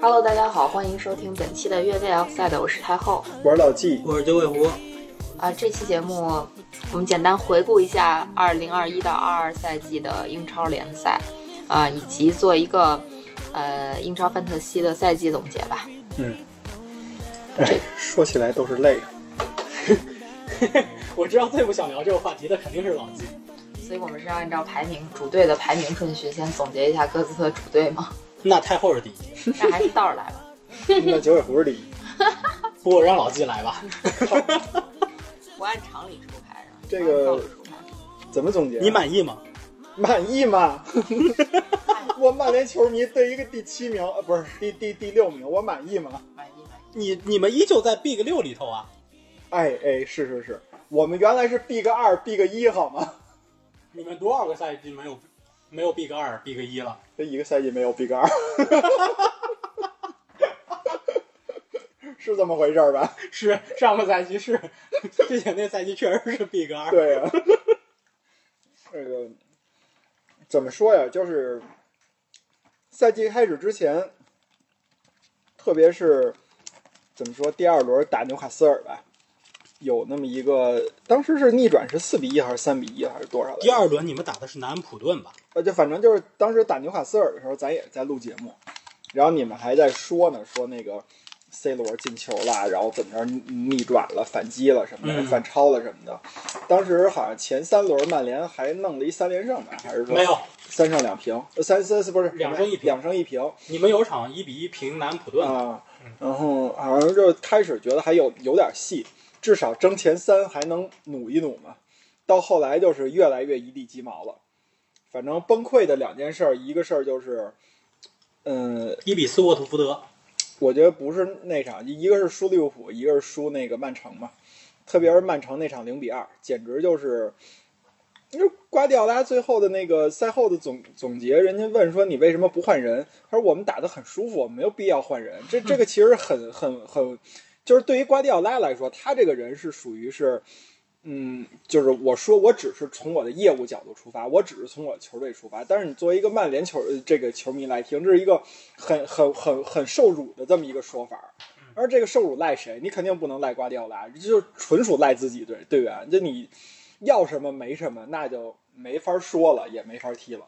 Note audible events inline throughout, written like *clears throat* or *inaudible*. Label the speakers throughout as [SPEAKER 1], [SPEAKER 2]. [SPEAKER 1] Hello，大家好，欢迎收听本期的乐队 Offside，我是太后。
[SPEAKER 2] 我是老纪，
[SPEAKER 3] 我是九尾狐，
[SPEAKER 1] 啊、这期节目我们简单回顾一下2021到22赛季的英超联赛，啊、以及做一个呃英超范特西的赛季总结吧。
[SPEAKER 2] 嗯，哎，说起来都是泪啊。
[SPEAKER 3] *laughs* 我知道最不想聊这个话题的肯定是老纪。
[SPEAKER 1] 所以我们是要按照排名主队的排名顺序先总结一下各自的主队
[SPEAKER 3] *laughs*
[SPEAKER 1] 吗？
[SPEAKER 3] 那太后是第一，
[SPEAKER 1] 那还是倒着来吧。
[SPEAKER 2] 那九尾狐是第一，
[SPEAKER 3] 不过让老纪来吧。
[SPEAKER 1] 不按常理出牌是
[SPEAKER 3] *laughs*
[SPEAKER 1] 吧？
[SPEAKER 2] 这
[SPEAKER 1] 不按道
[SPEAKER 2] 个
[SPEAKER 1] 理出牌
[SPEAKER 2] 怎么总结啊？
[SPEAKER 3] 你满意吗？
[SPEAKER 2] 满意吗？ *laughs* 我曼联球迷对一个第七名，呃，不是第第第六名，我满意吗？
[SPEAKER 1] 满意满意。
[SPEAKER 3] 你你们依旧在 Big 六里头啊？
[SPEAKER 2] 哎哎，是是是，我们原来是 Big 二、Big 一，好吗？
[SPEAKER 3] 你们多少个赛季没有没有 Big 二、Big 一了？
[SPEAKER 2] 这一个赛季没有 Big 二， *laughs* 是这么回事儿吧？
[SPEAKER 3] 是上个赛季是，之前那赛季确实是 Big 二。
[SPEAKER 2] 对呀、这个怎么说呀？就是赛季开始之前，特别是怎么说，第二轮打纽卡斯尔吧，有那么一个，当时是逆转是四比一还是三比一还是多少来着？
[SPEAKER 3] 第二轮你们打的是南安普顿吧？
[SPEAKER 2] 呃，就反正就是当时打纽卡斯尔的时候，咱也在录节目，然后你们还在说呢，说那个 C 罗进球了，然后怎么着逆转了、反击了什么的，
[SPEAKER 3] 嗯
[SPEAKER 2] 反超了什么的。当时好像前三轮曼联还弄了一三连胜吧，还是说
[SPEAKER 3] 没有，
[SPEAKER 2] 三胜两平？呃三三不是
[SPEAKER 3] 两胜一平
[SPEAKER 2] 两胜一平
[SPEAKER 3] 你们有场一比一平南安普顿。
[SPEAKER 2] 啊。然后好像就开始觉得还有有点戏，至少争前三还能努一努嘛。到后来就是越来越一地鸡毛了。反正崩溃的两件事儿，一个事儿就是，嗯，
[SPEAKER 3] 一比四沃特福德，
[SPEAKER 2] 我觉得不是那场，一个是输利物浦，一个是输那个曼城嘛。特别是曼城那场零比二，简直就是，就是瓜迪奥拉最后的那个赛后的总总结，人家问说你为什么不换人？他说我们打得很舒服，没有必要换人。这这个其实很很很，就是对于瓜迪奥拉来说，他这个人是属于是。嗯，就是我说，我只是从我的业务角度出发，我只是从我的球队出发。但是你作为一个曼联球呃这个球迷来听，这是一个很很很很受辱的这么一个说法。
[SPEAKER 3] 嗯
[SPEAKER 2] 而这个受辱赖谁？你肯定不能赖瓜迪奥拉，就纯属赖自己队队员。就你要什么没什么，那就没法说了，也没法踢了。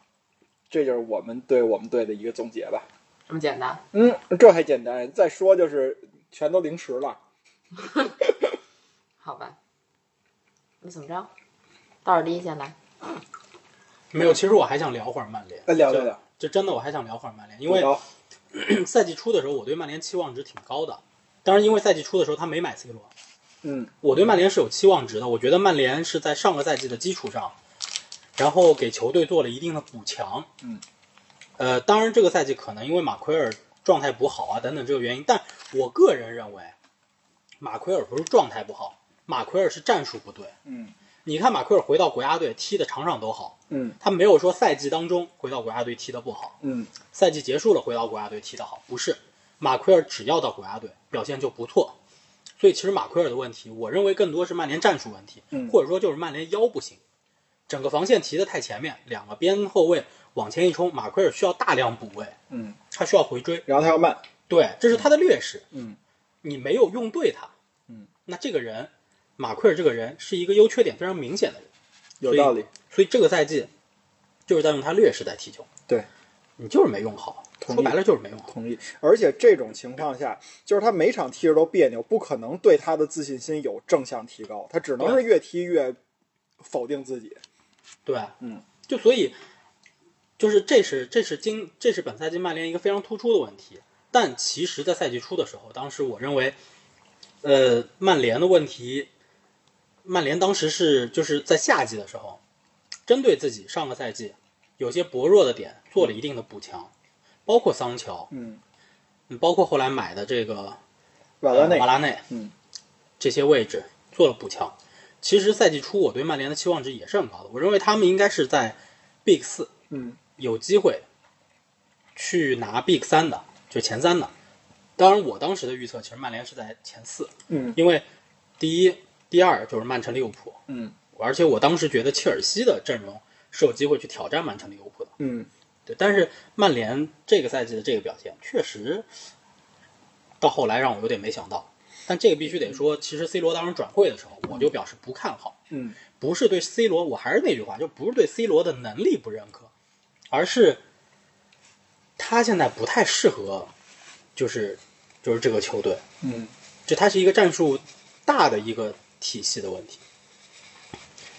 [SPEAKER 2] 这就是我们对我们队的一个总结吧。
[SPEAKER 1] 这么简单，
[SPEAKER 2] 嗯，这还简单。再说就是全都零时了。
[SPEAKER 1] 好吧？那怎么着？倒数第一先来。
[SPEAKER 3] 没有。其实我还想聊会儿曼联，
[SPEAKER 2] 哎聊聊聊，
[SPEAKER 3] 就真的我还想聊会儿曼联，因为
[SPEAKER 2] 聊
[SPEAKER 3] 赛季初的时候，我对曼联期望值挺高的。当然，因为赛季初的时候他没买 C 罗，
[SPEAKER 2] 嗯
[SPEAKER 3] 我对曼联是有期望值的。我觉得曼联是在上个赛季的基础上，然后给球队做了一定的补强。
[SPEAKER 2] 嗯，
[SPEAKER 3] 呃，当然这个赛季可能因为马奎尔状态不好啊等等这个原因，但我个人认为，马奎尔不是状态不好，马奎尔是战术不对。
[SPEAKER 2] 嗯
[SPEAKER 3] 你看马奎尔回到国家队踢的场场都好，
[SPEAKER 2] 嗯
[SPEAKER 3] 他没有说赛季当中回到国家队踢的不好。
[SPEAKER 2] 嗯
[SPEAKER 3] 赛季结束了回到国家队踢得好，不是马奎尔只要到国家队表现就不错，所以其实马奎尔的问题，我认为更多是曼联战术问题，
[SPEAKER 2] 嗯
[SPEAKER 3] 或者说就是曼联腰不行，整个防线提得太前面，两个边后卫往前一冲，马奎尔需要大量补位，
[SPEAKER 2] 嗯，
[SPEAKER 3] 他需要回追，
[SPEAKER 2] 然后他要慢。
[SPEAKER 3] 对，这是他的劣势，
[SPEAKER 2] 嗯
[SPEAKER 3] 你没有用对他，
[SPEAKER 2] 嗯，
[SPEAKER 3] 那这个人马奎尔这个人是一个优缺点非常明显的人，
[SPEAKER 2] 有道理，
[SPEAKER 3] 所以这个赛季就是在用他劣势在踢球，
[SPEAKER 2] 对
[SPEAKER 3] 你就是没用好，
[SPEAKER 2] 同意
[SPEAKER 3] 说白了就是没用好。
[SPEAKER 2] 同意。而且这种情况下，就是他每场踢着都别扭，不可能对他的自信心有正向提高，他只能是越踢越否定自己。
[SPEAKER 3] 对，
[SPEAKER 2] 嗯，
[SPEAKER 3] 就所以，就是这是这是今这是本赛季曼联一个非常突出的问题。但其实，在赛季初的时候，当时我认为，呃，曼联的问题，曼联当时是就是在夏季的时候，针对自己上个赛季有些薄弱的点做了一定的补强，包括桑乔，
[SPEAKER 2] 嗯，
[SPEAKER 3] 包括后来买的这个
[SPEAKER 2] 瓦拉内
[SPEAKER 3] 呃瓦，拉内，
[SPEAKER 2] 嗯，
[SPEAKER 3] 这些位置做了补强。其实赛季初我对曼联的期望值也是很高的，我认为他们应该是在 Big 四
[SPEAKER 2] 嗯
[SPEAKER 3] 有机会去拿 Big 三的，就前三的。当然，我当时的预测其实曼联是在前四，
[SPEAKER 2] 嗯
[SPEAKER 3] 因为第一、第二就是曼城、利物浦，
[SPEAKER 2] 嗯
[SPEAKER 3] 而且我当时觉得切尔西的阵容是有机会去挑战曼城、利物浦的。
[SPEAKER 2] 嗯，
[SPEAKER 3] 对，但是曼联这个赛季的这个表现确实到后来让我有点没想到。但这个必须得说，其实 C 罗当时转会的时候，我就表示不看好，
[SPEAKER 2] 嗯，
[SPEAKER 3] 不是对 C 罗，我还是那句话，就不是对 C 罗的能力不认可，而是他现在不太适合，就是就是这个球队，
[SPEAKER 2] 嗯，
[SPEAKER 3] 就它是一个战术大的一个体系的问题。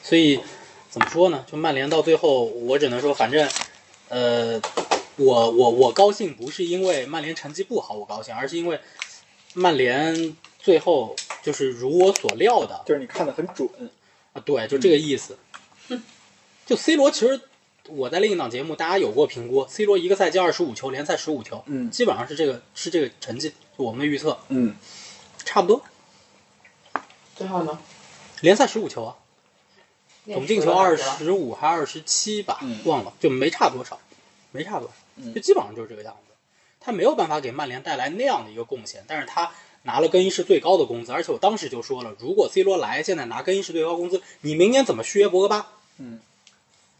[SPEAKER 3] 所以怎么说呢？就曼联到最后，我只能说，反正，呃，我我我高兴不是因为曼联成绩不好我高兴，而是因为曼联最后就是如我所料的
[SPEAKER 2] 就是你看的很准，
[SPEAKER 3] 啊，对，就这个意思。就 C 罗，其实我在另一档节目大家有过评估，C 罗一个赛季二十五球，联赛十五球，
[SPEAKER 2] 嗯
[SPEAKER 3] 基本上是这个是这个成绩，就我们的预测
[SPEAKER 2] 嗯，
[SPEAKER 3] 差不多，
[SPEAKER 1] 最后呢？
[SPEAKER 3] 联赛十五球啊。
[SPEAKER 1] 那
[SPEAKER 3] 总进
[SPEAKER 1] 输
[SPEAKER 3] 球
[SPEAKER 1] 了
[SPEAKER 3] 二
[SPEAKER 1] 哪个
[SPEAKER 3] 十五还二十七吧
[SPEAKER 2] 嗯，
[SPEAKER 3] 忘了，就没差多少，没差多少，
[SPEAKER 2] 嗯
[SPEAKER 3] 就基本上就是这个样子。他没有办法给曼联带来那样的一个贡献，但是他拿了更衣室最高的工资，而且我当时就说了，如果 C 罗来，现在拿更衣室最高工资，你明年怎么续约博格巴？
[SPEAKER 2] 嗯，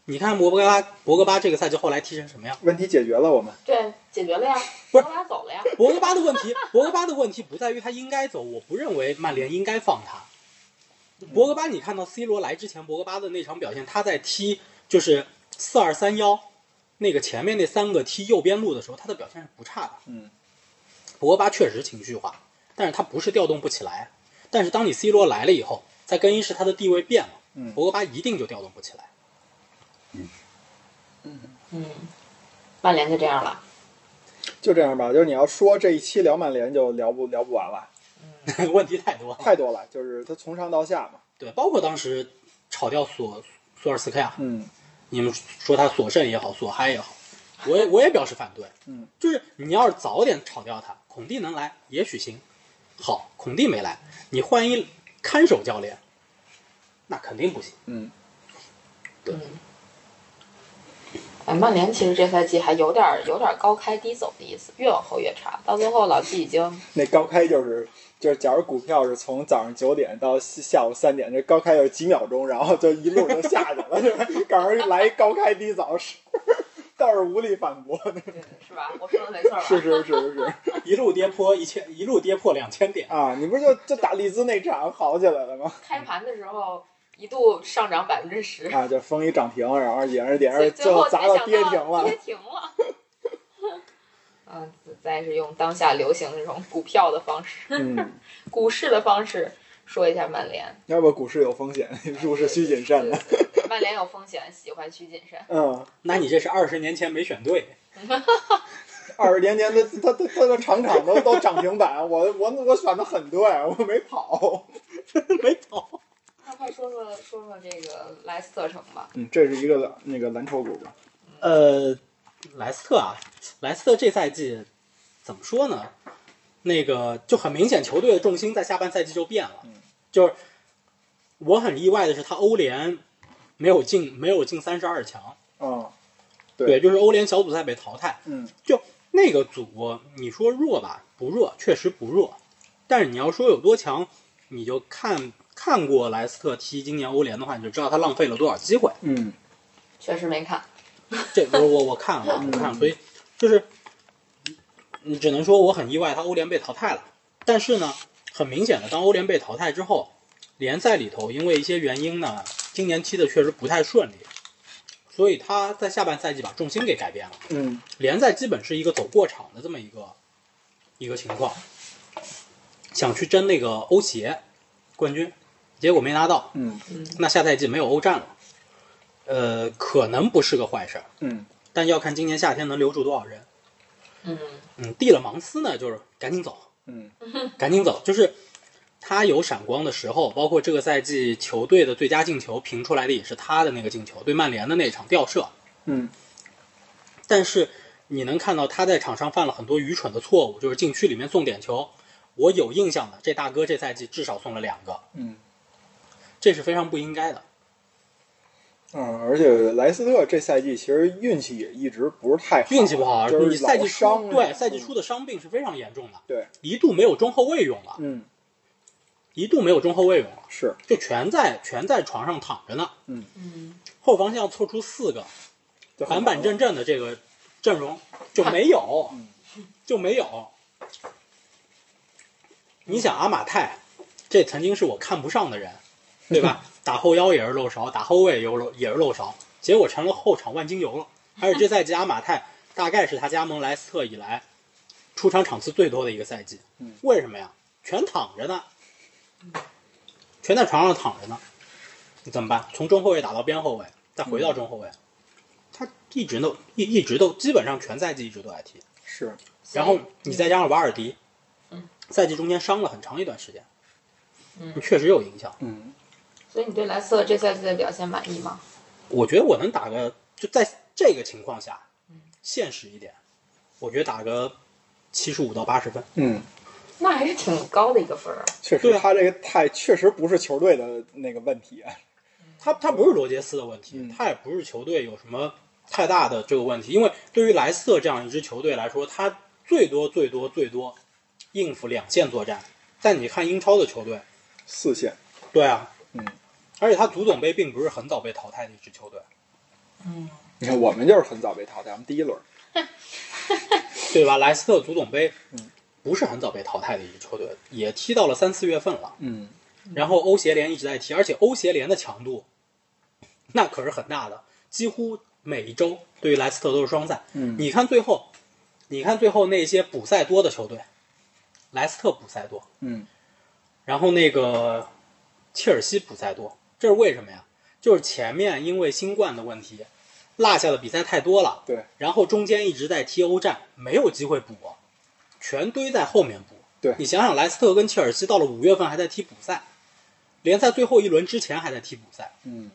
[SPEAKER 3] 你看博格巴，博格巴这个赛季后来踢成什么样？
[SPEAKER 2] 问题解决了，我们
[SPEAKER 1] 对解决了 *laughs* 呀，
[SPEAKER 3] 不
[SPEAKER 1] 博
[SPEAKER 3] 是
[SPEAKER 1] 格巴走了呀，
[SPEAKER 3] 博格巴的问题，博格巴的问题不在于他应该走，我不认为曼联应该放他。博格巴，你看到 C 罗来之前，博格巴的那场表现，他在踢就是四二三幺那个前面那三个踢右边路的时候，他的表现是不差的。
[SPEAKER 2] 嗯，
[SPEAKER 3] 博格巴确实情绪化，但是他不是调动不起来。但是当你 C 罗来了以后，在更衣室他的地位变了，
[SPEAKER 2] 嗯
[SPEAKER 3] 博格巴一定就调动不起来。 *laughs*
[SPEAKER 1] 嗯，曼联就这样了。
[SPEAKER 2] 就这样吧。就是你要说这一期聊曼联就聊不聊不完了，
[SPEAKER 3] 问题太多了，
[SPEAKER 2] 太多了，就是他从上到下嘛。
[SPEAKER 3] 对，包括当时炒掉索索尔斯克亚，
[SPEAKER 2] 嗯
[SPEAKER 3] 你们说他所剩也好，所嗨也好，我也我也表示反对。
[SPEAKER 2] 嗯，
[SPEAKER 3] 就是你要是早点炒掉他，孔蒂能来也许行。好，孔蒂没来，你换一看守教练，那肯定不行。
[SPEAKER 2] 嗯，
[SPEAKER 3] 对
[SPEAKER 1] 嗯，哎，曼联其实这赛季还有点儿有点儿高开低走的意思，越往后越差，到最后老季已经
[SPEAKER 2] 那高开就是就是，假如股票是从早上九点到下下午三点，这高开就是几秒钟，然后就一路就下去了， *laughs* 就是赶上来一高开低走，是倒是无力反驳。
[SPEAKER 1] *laughs* 是吧？我说的没错吧？
[SPEAKER 2] 是是是是是
[SPEAKER 3] *laughs* 一路跌破一千，一路跌破两千点。
[SPEAKER 2] *laughs* 啊！你不是就就打利兹那场好起来了吗？
[SPEAKER 1] 开盘的时候一度上涨百分之十，
[SPEAKER 2] 啊，就封一涨停，然后也是点
[SPEAKER 1] 所以
[SPEAKER 2] 儿，最后砸
[SPEAKER 1] 没
[SPEAKER 2] 到
[SPEAKER 1] 想
[SPEAKER 2] 跌停了 *laughs*
[SPEAKER 1] 跌。停 *laughs* 了。嗯，再是用当下流行的这种股票的方式、
[SPEAKER 2] 嗯，
[SPEAKER 1] 股市的方式说一下曼联。
[SPEAKER 2] 要不股市有风险，入市需谨慎的。
[SPEAKER 1] 对。对对曼联有风险，喜欢需谨慎。
[SPEAKER 2] 嗯，
[SPEAKER 3] 那你这是二十年前没选对，
[SPEAKER 2] 二十年前他他他他的场场都都涨停板，我我我选的很对，我没跑。
[SPEAKER 3] 没跑。
[SPEAKER 1] 那快说说说说这个莱斯特城吧。
[SPEAKER 2] 嗯，这是一个蓝那个蓝筹股吧？
[SPEAKER 3] 呃，莱斯特啊，莱斯特这赛季怎么说呢？那个就很明显，球队的重心在下半赛季就变了。
[SPEAKER 2] 嗯
[SPEAKER 3] 就是我很意外的是，他欧联没有进，没有进三十二强。
[SPEAKER 2] 啊，
[SPEAKER 3] 对，
[SPEAKER 2] 对
[SPEAKER 3] 就是欧联小组赛被淘汰。
[SPEAKER 2] 嗯
[SPEAKER 3] 就那个组，你说弱吧，不弱，确实不弱。但是你要说有多强，你就看看过莱斯特踢今年欧联的话，你就知道他浪费了多少机会。
[SPEAKER 2] 嗯
[SPEAKER 1] 确实没看，
[SPEAKER 3] 这我我我看了，我看了，所以就是，你只能说我很意外，他欧联被淘汰了。但是呢，很明显的，当欧联被淘汰之后，联赛里头因为一些原因呢，今年踢的确实不太顺利，所以他在下半赛季把重心给改变了。
[SPEAKER 2] 嗯
[SPEAKER 3] 联赛基本是一个走过场的这么一个一个情况，想去争那个欧协冠军，结果没拿到，
[SPEAKER 2] 嗯
[SPEAKER 3] 那下赛季没有欧战了，呃，可能不是个坏事儿。
[SPEAKER 2] 嗯
[SPEAKER 3] 但要看今年夏天能留住多少人。
[SPEAKER 1] 嗯，
[SPEAKER 3] 嗯，蒂勒芒斯呢，就是赶紧走，
[SPEAKER 2] 嗯
[SPEAKER 3] 赶紧走，就是他有闪光的时候，包括这个赛季球队的最佳进球评出来的也是他的那个进球，对曼联的那场吊射。
[SPEAKER 2] 嗯
[SPEAKER 3] 但是你能看到他在场上犯了很多愚蠢的错误，就是禁区里面送点球。我有印象的，这大哥这赛季至少送了两个，
[SPEAKER 2] 嗯
[SPEAKER 3] 这是非常不应该的。
[SPEAKER 2] 啊！而且莱斯特这赛季其实运气也一直不是太好，
[SPEAKER 3] 运气不好，啊
[SPEAKER 2] 就
[SPEAKER 3] 你
[SPEAKER 2] 是
[SPEAKER 3] 赛季
[SPEAKER 2] 老
[SPEAKER 3] 初
[SPEAKER 2] 伤
[SPEAKER 3] 对赛季初的伤病是非常严重的，
[SPEAKER 2] 对，
[SPEAKER 3] 一度没有中后卫用了，
[SPEAKER 2] 嗯
[SPEAKER 3] 一度没有中后卫用了。
[SPEAKER 2] 是
[SPEAKER 3] 就全在全在床上躺着呢。
[SPEAKER 1] 嗯，
[SPEAKER 3] 后防线要凑出四个
[SPEAKER 2] 就很
[SPEAKER 3] 板板正正的 *laughs* 这个阵容就没有
[SPEAKER 2] 嗯，
[SPEAKER 3] 就没有。你想阿马泰，这曾经是我看不上的人，对
[SPEAKER 2] *laughs*
[SPEAKER 3] 吧？打后腰也是漏勺，打后卫也有漏也是漏勺，结果成了后场万金油了。而且这赛季阿马泰大概是他加盟莱斯特以来出场场次最多的一个赛季
[SPEAKER 2] 嗯。
[SPEAKER 3] 为什么呀？全躺着呢，全在床上躺着呢，你怎么办？从中后卫打到边后卫，再回到中后卫，他一直都一一直都基本上全赛季一直都在踢。
[SPEAKER 2] 是
[SPEAKER 3] 然后你再加上瓦尔迪
[SPEAKER 1] 嗯，
[SPEAKER 3] 赛季中间伤了很长一段时间，
[SPEAKER 1] 嗯
[SPEAKER 3] 确实有影响。
[SPEAKER 2] 嗯，
[SPEAKER 1] 所以你对莱斯特这赛季的表现满意吗？
[SPEAKER 3] 我觉得我能打个，就在这个情况下，
[SPEAKER 1] 嗯
[SPEAKER 3] 现实一点，我觉得打个七十五到八十分。
[SPEAKER 2] 嗯，
[SPEAKER 1] 那还是挺高的一个分儿。
[SPEAKER 2] 确
[SPEAKER 3] 对
[SPEAKER 2] 实
[SPEAKER 3] 啊
[SPEAKER 2] 他这个太确实不是球队的那个问题，啊
[SPEAKER 3] 他他不是罗杰斯的问题
[SPEAKER 2] 嗯，
[SPEAKER 3] 他也不是球队有什么太大的这个问题，因为对于莱斯特这样一支球队来说，他最多最多最多应付两线作战。但你看英超的球队，
[SPEAKER 2] 四线，
[SPEAKER 3] 对啊，
[SPEAKER 2] 嗯，
[SPEAKER 3] 而且他足总杯并不是很早被淘汰的一支球队，
[SPEAKER 1] 嗯，
[SPEAKER 2] 你看我们就是很早被淘汰，我们第一轮，
[SPEAKER 3] 对吧？莱斯特足总杯，
[SPEAKER 2] 嗯，
[SPEAKER 3] 不是很早被淘汰的一支球队，也踢到了三四月份了。
[SPEAKER 2] 嗯，
[SPEAKER 3] 然后欧协联一直在踢，而且欧协联的强度那可是很大的，几乎每一周对于莱斯特都是双赛。
[SPEAKER 2] 嗯
[SPEAKER 3] 你看最后，你看最后那些补赛多的球队，莱斯特补赛多，
[SPEAKER 2] 嗯，
[SPEAKER 3] 然后那个切尔西补赛多，这是为什么呀？就是前面因为新冠的问题，落下的比赛太多了，
[SPEAKER 2] 对
[SPEAKER 3] 然后中间一直在踢欧战，没有机会补，全堆在后面补。
[SPEAKER 2] 对
[SPEAKER 3] 你想想，莱斯特跟切尔西到了五月份还在踢补赛，联赛最后一轮之前还在踢补赛，
[SPEAKER 2] 嗯，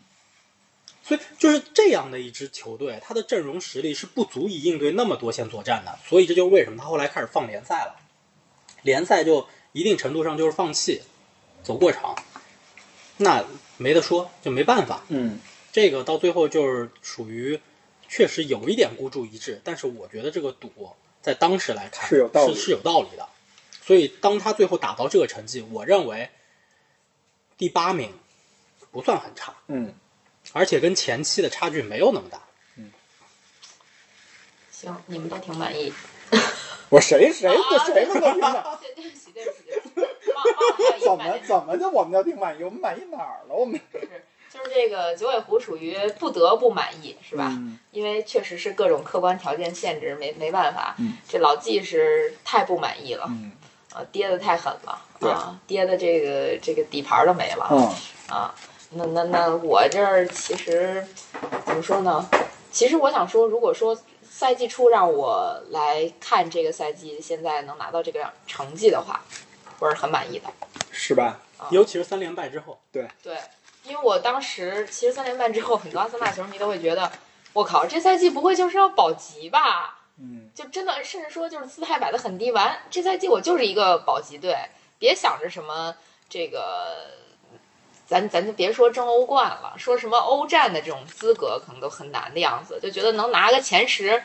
[SPEAKER 3] 所以就是这样的一支球队，他的阵容实力是不足以应对那么多线作战的，所以这就是为什么他后来开始放联赛了。联赛就一定程度上就是放弃，走过场，那没得说，就没办法。
[SPEAKER 2] 嗯，
[SPEAKER 3] 这个到最后就是属于确实有一点孤注一掷，但是我觉得这个赌在当时来看
[SPEAKER 2] 是有道理
[SPEAKER 3] 是是有道理的。所以当他最后打到这个成绩，我认为第八名不算很差，
[SPEAKER 2] 嗯，
[SPEAKER 3] 而且跟前期的差距没有那么大。
[SPEAKER 1] 行，你们都挺满意。
[SPEAKER 2] 我谁谁谁们都挺满，
[SPEAKER 1] 对对不起，对不起，对不起，忘忘了还有一个
[SPEAKER 2] 怎
[SPEAKER 1] 满
[SPEAKER 2] 么
[SPEAKER 1] 意
[SPEAKER 2] 怎么就我们就挺满意？我们满意哪儿了？我们
[SPEAKER 1] 就是这个九尾狐属于不得不满意，是吧？
[SPEAKER 2] 嗯
[SPEAKER 1] 因为确实是各种客观条件限制，没没办法。
[SPEAKER 2] 嗯
[SPEAKER 1] 这老季是太不满意了，
[SPEAKER 2] 嗯
[SPEAKER 1] 啊，跌的太狠了，
[SPEAKER 2] 对
[SPEAKER 1] 啊，跌的这个这个底盘儿都没了、
[SPEAKER 2] 嗯
[SPEAKER 1] 啊。那那那我这儿其实怎么说呢？其实我想说，如果说赛季初让我来看这个赛季现在能拿到这个成绩的话，我是很满意的。
[SPEAKER 2] 是吧？
[SPEAKER 1] 啊
[SPEAKER 3] 尤其是三连败之后，
[SPEAKER 1] 对，因为我当时其实三连败之后，很多阿森纳球迷都会觉得，我靠，这赛季不会就是要保级吧？
[SPEAKER 2] 嗯
[SPEAKER 1] 就真的，甚至说就是姿态摆得很低，完这赛季我就是一个保级队，别想着什么这个，咱咱就别说争欧冠了，说什么欧战的这种资格可能都很难的样子，就觉得能拿个前十，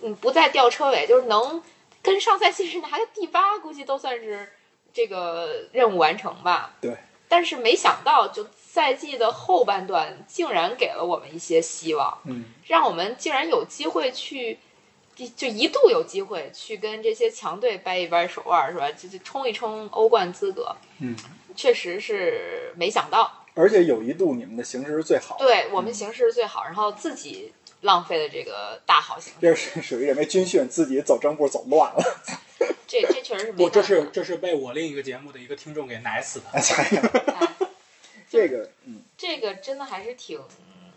[SPEAKER 1] 嗯，不再掉车尾，就是能跟上赛季是拿个第八，估计都算是这个任务完成吧。
[SPEAKER 2] 对。
[SPEAKER 1] 但是没想到，就赛季的后半段，竟然给了我们一些希望。
[SPEAKER 2] 嗯
[SPEAKER 1] 让我们竟然有机会去，就就一度有机会去跟这些强队掰一掰手腕，是吧？就就冲一冲欧冠资格，
[SPEAKER 2] 嗯，
[SPEAKER 1] 确实是没想到。
[SPEAKER 2] 而且有一度你们的形势是最好的，
[SPEAKER 1] 对我们形势最好，然后自己浪费了这个大好形势，
[SPEAKER 2] 这是属于人为军训，自己走正步走乱了，
[SPEAKER 1] 这这确实是没
[SPEAKER 3] 我
[SPEAKER 1] 办法。
[SPEAKER 3] 这是这是被我另一个节目的一个听众给奶死 *laughs* 的。
[SPEAKER 2] *laughs* 哎呀
[SPEAKER 1] 哎
[SPEAKER 2] 这个嗯
[SPEAKER 1] 这个真的还是挺。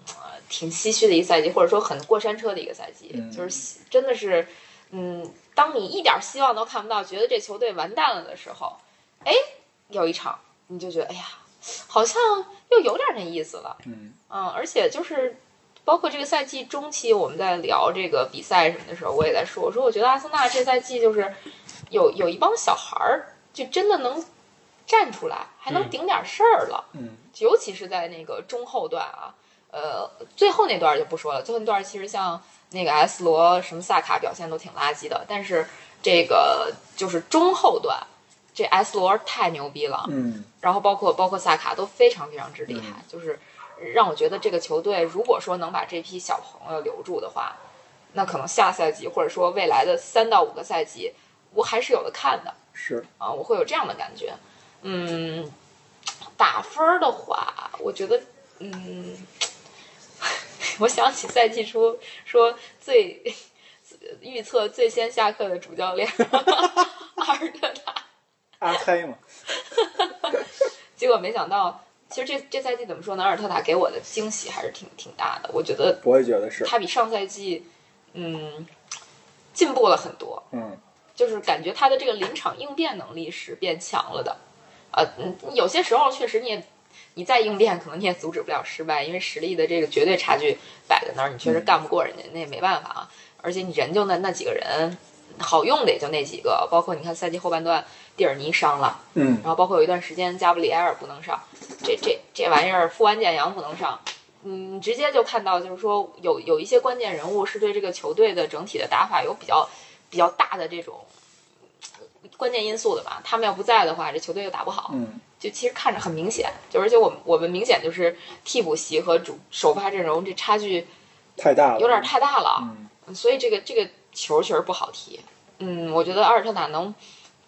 [SPEAKER 1] 呃挺唏嘘的一个赛季，或者说很过山车的一个赛季，
[SPEAKER 2] 嗯
[SPEAKER 1] 就是希真的是，嗯，当你一点希望都看不到，觉得这球队完蛋了的时候，哎，有一场你就觉得，哎呀，好像又有点那意思了，
[SPEAKER 2] 嗯
[SPEAKER 1] 嗯，而且就是包括这个赛季中期，我们在聊这个比赛什么的时候，我也在说，我说我觉得阿森纳这赛季就是有有一帮小孩儿，就真的能站出来，还能
[SPEAKER 3] 嗯
[SPEAKER 1] 顶点事儿了。
[SPEAKER 2] 嗯
[SPEAKER 1] 尤其是在那个中后段啊，呃，最后那段就不说了，最后那段其实像那个 S 罗什么萨卡表现都挺垃圾的，但是这个就是中后段，这 S 罗太牛逼了，
[SPEAKER 2] 嗯
[SPEAKER 1] 然后包括包括萨卡都非常非常之厉害，就是让我觉得这个球队如果说能把这批小朋友留住的话，那可能下赛季或者说未来的三到五个赛季，我还是有的看的。
[SPEAKER 2] 是
[SPEAKER 1] 啊，我会有这样的感觉。嗯，打分儿的话，我觉得，嗯， *laughs* 我想起赛季初说最预测最先下课的主教练 *laughs* 阿尔特塔，
[SPEAKER 2] 阿黑嘛，
[SPEAKER 1] 结果没想到，其实这这赛季怎么说呢？阿尔特塔给我的惊喜还是挺挺大的，我觉得
[SPEAKER 2] 我也觉得是，
[SPEAKER 1] 他比上赛季，嗯，进步了很多。
[SPEAKER 2] 嗯，
[SPEAKER 1] 就是感觉他的这个临场应变能力是变强了的。呃，嗯，有些时候确实你也你再应变，可能你也阻止不了失败，因为实力的这个绝对差距摆在那儿，你确实干不过人家，那也没办法啊。而且你人就那那几个人，好用的也就那几个，包括你看赛季后半段，蒂尔尼伤了，
[SPEAKER 2] 嗯，
[SPEAKER 1] 然后包括有一段时间加布里埃尔不能上，这这这玩意儿富安健洋不能上，嗯，直接就看到就是说有有一些关键人物是对这个球队的整体的打法有比较比较大的这种呃关键因素的吧，他们要不在的话，这球队就打不好。
[SPEAKER 2] 嗯，
[SPEAKER 1] 就其实看着很明显，就而且我们我们明显就是替补席和主首发阵容这差距
[SPEAKER 2] 太大了，
[SPEAKER 1] 有点，太大了，
[SPEAKER 2] 嗯，
[SPEAKER 1] 所以这个这个球确实不好踢。嗯，我觉得阿尔特塔能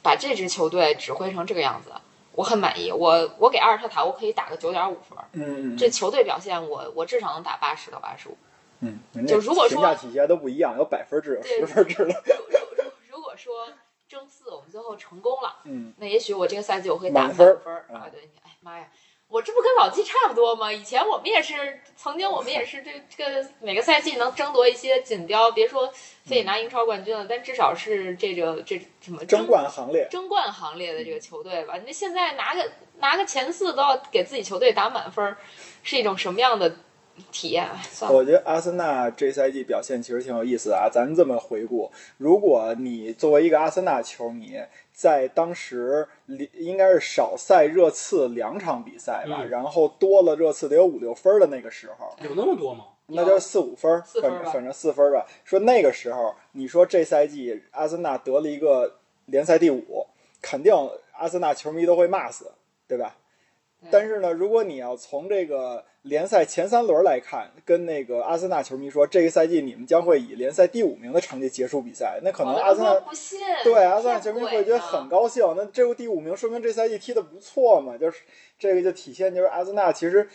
[SPEAKER 1] 把这支球队指挥成这个样子，我很满意。我我给阿尔特塔我可以打个九点五分儿，
[SPEAKER 2] 嗯，嗯
[SPEAKER 1] 这球队表现我我至少能打八十到八十五。
[SPEAKER 2] 嗯，人家
[SPEAKER 1] 就如果说
[SPEAKER 2] 评价体系还都不一样，有百分制，有
[SPEAKER 1] 对
[SPEAKER 2] 十分制的，
[SPEAKER 1] 如如如果说争四我们最后成功了，
[SPEAKER 2] 嗯，
[SPEAKER 1] 那也许我这个赛季我会打
[SPEAKER 2] 满分儿
[SPEAKER 1] 分儿
[SPEAKER 2] 啊
[SPEAKER 1] 啊！对，哎妈呀，我这不跟老季差不多吗？以前我们也是，曾经我们也是这这个每个赛季能争夺一些锦标，别说非得拿英超冠军了，但至少是这个这什么
[SPEAKER 2] 争冠行列，
[SPEAKER 1] 争冠行列的
[SPEAKER 2] 嗯
[SPEAKER 1] 这个球队吧。那现在拿个拿个前四都要给自己球队打满分儿，是一种什么样的体验？哎算了，
[SPEAKER 2] 我觉得阿森纳这赛季表现其实挺有意思的啊。咱这么回顾，如果你作为一个阿森纳球迷，在当时里应该是少赛热刺两场比赛吧，
[SPEAKER 3] 嗯
[SPEAKER 2] 然后多了热刺得有五六分的那个时候，
[SPEAKER 3] 有那么多吗？
[SPEAKER 2] 那就是四五分儿，
[SPEAKER 1] 四分
[SPEAKER 2] 反
[SPEAKER 1] 儿吧
[SPEAKER 2] 正反正四分儿吧。说那个时候，你说这赛季阿森纳得了一个联赛第五，肯定阿森纳球迷都会骂死，对吧？
[SPEAKER 1] 对
[SPEAKER 2] 但是呢，如果你要从这个联赛前三轮来看，跟那个阿森纳球迷说，这个赛季你们将会以联赛第五名的成绩结束比赛，那可能
[SPEAKER 1] 我们
[SPEAKER 2] 阿森纳
[SPEAKER 1] 说不信，
[SPEAKER 2] 对阿森纳球
[SPEAKER 1] 见
[SPEAKER 2] 迷
[SPEAKER 1] 鬼
[SPEAKER 2] 会觉得
[SPEAKER 1] 呢
[SPEAKER 2] 很高兴。那这个第五名说明这赛季踢得不错嘛，就是这个就体现就是阿森纳其实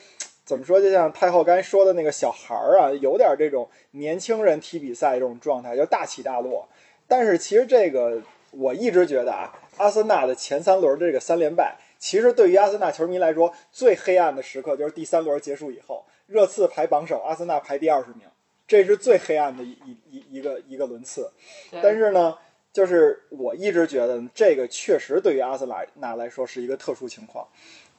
[SPEAKER 2] 怎么说，就像太后刚才说的那个小孩儿啊，有点这种年轻人踢比赛这种状态，就大起大落。但是其实这个我一直觉得啊，阿森纳的前三轮这个三连败，其实对于阿森纳球迷来说，最黑暗的时刻就是第三轮结束以后，热刺排榜首，阿森纳排第二十名，这是最黑暗的一一一一个一个轮次。
[SPEAKER 1] 对
[SPEAKER 2] 但是呢，就是我一直觉得这个确实对于阿森纳来说是一个特殊情况。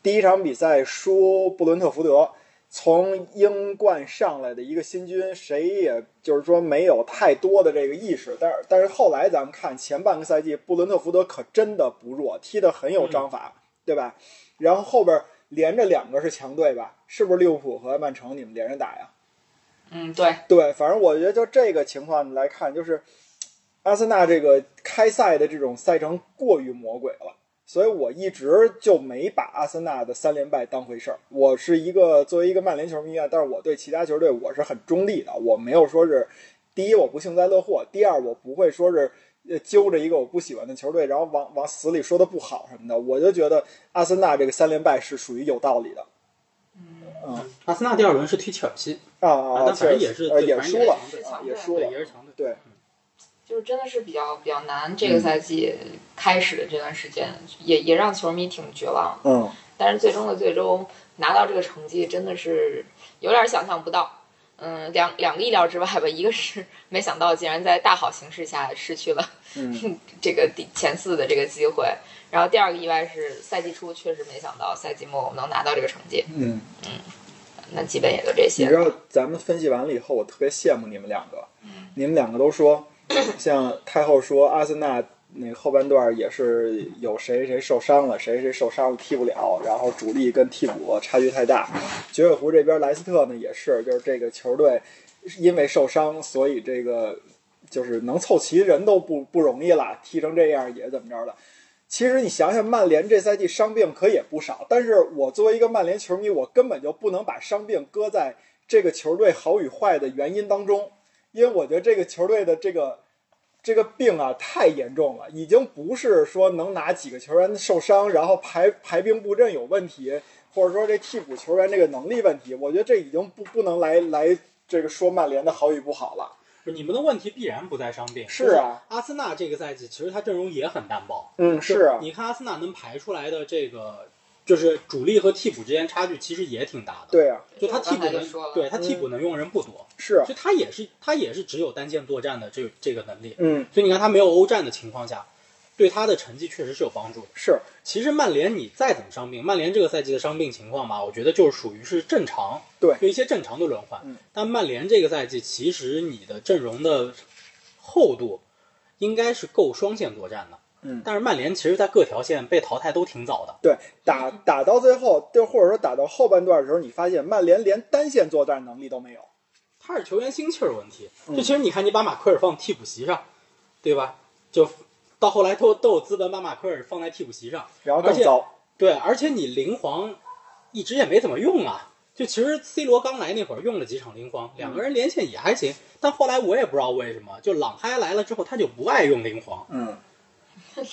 [SPEAKER 2] 第一场比赛输布伦特福德，从英冠上来的一个新军，谁也就是说没有太多的这个意识。但是但是后来咱们看前半个赛季，布伦特福德可真的不弱，踢得很有章法，对吧？然后后边连着两个是强队吧？是不是利物浦和曼城你们连着打呀？
[SPEAKER 1] 嗯，对，
[SPEAKER 2] 对，反正我觉得就这个情况来看，就是阿森纳这个开赛的这种赛程过于魔鬼了，所以我一直就没把阿森纳的三连败当回事儿。我是一个作为一个曼联球迷啊，但是我对其他球队我是很中立的，我没有说是第一我不幸灾乐祸，第二我不会说是。呃，揪着一个我不喜欢的球队，然后往往死里说的不好什么的，我就觉得阿森纳这个三连败是属于有道理的
[SPEAKER 3] 阿森纳第二轮是踢切尔西，
[SPEAKER 2] 啊
[SPEAKER 3] 啊
[SPEAKER 2] 啊！
[SPEAKER 3] 但反正
[SPEAKER 2] 确
[SPEAKER 3] 也
[SPEAKER 2] 实
[SPEAKER 3] 是
[SPEAKER 2] 呃
[SPEAKER 3] 对
[SPEAKER 2] 也
[SPEAKER 3] 反正
[SPEAKER 2] 输
[SPEAKER 3] 也
[SPEAKER 2] 了
[SPEAKER 3] 是
[SPEAKER 2] 啊
[SPEAKER 1] 强
[SPEAKER 2] 也
[SPEAKER 1] 队
[SPEAKER 2] 输
[SPEAKER 3] 对，
[SPEAKER 2] 了，
[SPEAKER 3] 也是强队。
[SPEAKER 2] 对，
[SPEAKER 1] 就是真的是比较比较难。
[SPEAKER 2] 嗯
[SPEAKER 1] 这个赛季开始的这段时间，也也让球迷挺绝望的。
[SPEAKER 2] 嗯
[SPEAKER 1] 但是最终的最终拿到这个成绩，真的是有点想象不到。嗯，两两个意料之外吧，一个是没想到竟然在大好形势下失去了
[SPEAKER 2] 嗯。
[SPEAKER 1] *laughs* 这个第前四的这个机会，然后第二个意外是赛季初确实没想到赛季末我们能拿到这个成绩，
[SPEAKER 2] 嗯，
[SPEAKER 1] 那基本也就这
[SPEAKER 2] 你
[SPEAKER 1] 些
[SPEAKER 2] 知
[SPEAKER 1] 了。 *laughs*
[SPEAKER 2] 道咱们分析完了以后，我特别羡慕你们两个，你们两个都说，像太后说阿森纳那个后半段也是有谁谁受伤了，谁谁受伤了踢不了，然后主力跟替补差距太大。九尾狐这边莱斯特呢也是，就是这个球队因为受伤，所以这个就是能凑齐人都不不容易了，踢成这样也怎么着的。其实你想想，曼联这赛季伤病可也不少，但是我作为一个曼联球迷，我根本就不能把伤病搁在这个球队好与坏的原因当中，因为我觉得这个球队的这个这个病啊太严重了，已经不是说能拿几个球员受伤，然后排排兵布阵有问题，或者说这替补球员这个能力问题，我觉得这已经不不能来来这个说曼联的好与不好了。
[SPEAKER 3] 嗯你们的问题必然不在伤病。
[SPEAKER 2] 是啊，
[SPEAKER 3] 阿森纳这个赛季其实他阵容也很单薄。
[SPEAKER 2] 嗯，是啊，
[SPEAKER 3] 你看阿森纳能排出来的这个，就是主力和替补之间差距其实也挺大的。，
[SPEAKER 2] 对啊，
[SPEAKER 3] 就他替补
[SPEAKER 1] 我刚才就
[SPEAKER 3] 能
[SPEAKER 1] 说了，
[SPEAKER 3] 对他替补能用人不多，
[SPEAKER 2] 是啊，
[SPEAKER 3] 就他也是他也是只有单线作战的这这个能力。
[SPEAKER 2] 嗯，
[SPEAKER 3] 所以你看他没有欧战的情况下，对他的成绩确实是有帮助的。
[SPEAKER 2] 是，
[SPEAKER 3] 其实曼联你再怎么伤病，曼联这个赛季的伤病情况吧，我觉得就是属于是正常，
[SPEAKER 2] 对
[SPEAKER 3] 就一些正常的轮换。
[SPEAKER 2] 嗯
[SPEAKER 3] 但曼联这个赛季，其实你的阵容的厚度应该是够双线作战的。
[SPEAKER 2] 嗯
[SPEAKER 3] 但是曼联其实在各条线被淘汰都挺早的。
[SPEAKER 2] 对，打打到最后，就或者说打到后半段的时候，你发现曼联连单线作战能力都没有。
[SPEAKER 3] 他是球员心气儿问题。
[SPEAKER 2] 嗯
[SPEAKER 3] 就其实你看，你把马奎尔放替补席上，对吧？就到后来都都有资本把马奎尔放在替补席上，
[SPEAKER 2] 然后更
[SPEAKER 3] 而且
[SPEAKER 2] 糟。
[SPEAKER 3] 对，而且你灵皇一直也没怎么用啊。就其实 C 罗刚来那会儿用了几场灵皇，两个人连线也还行。但后来我也不知道为什么，就朗嗨来了之后，他就不爱用灵皇。
[SPEAKER 2] 嗯，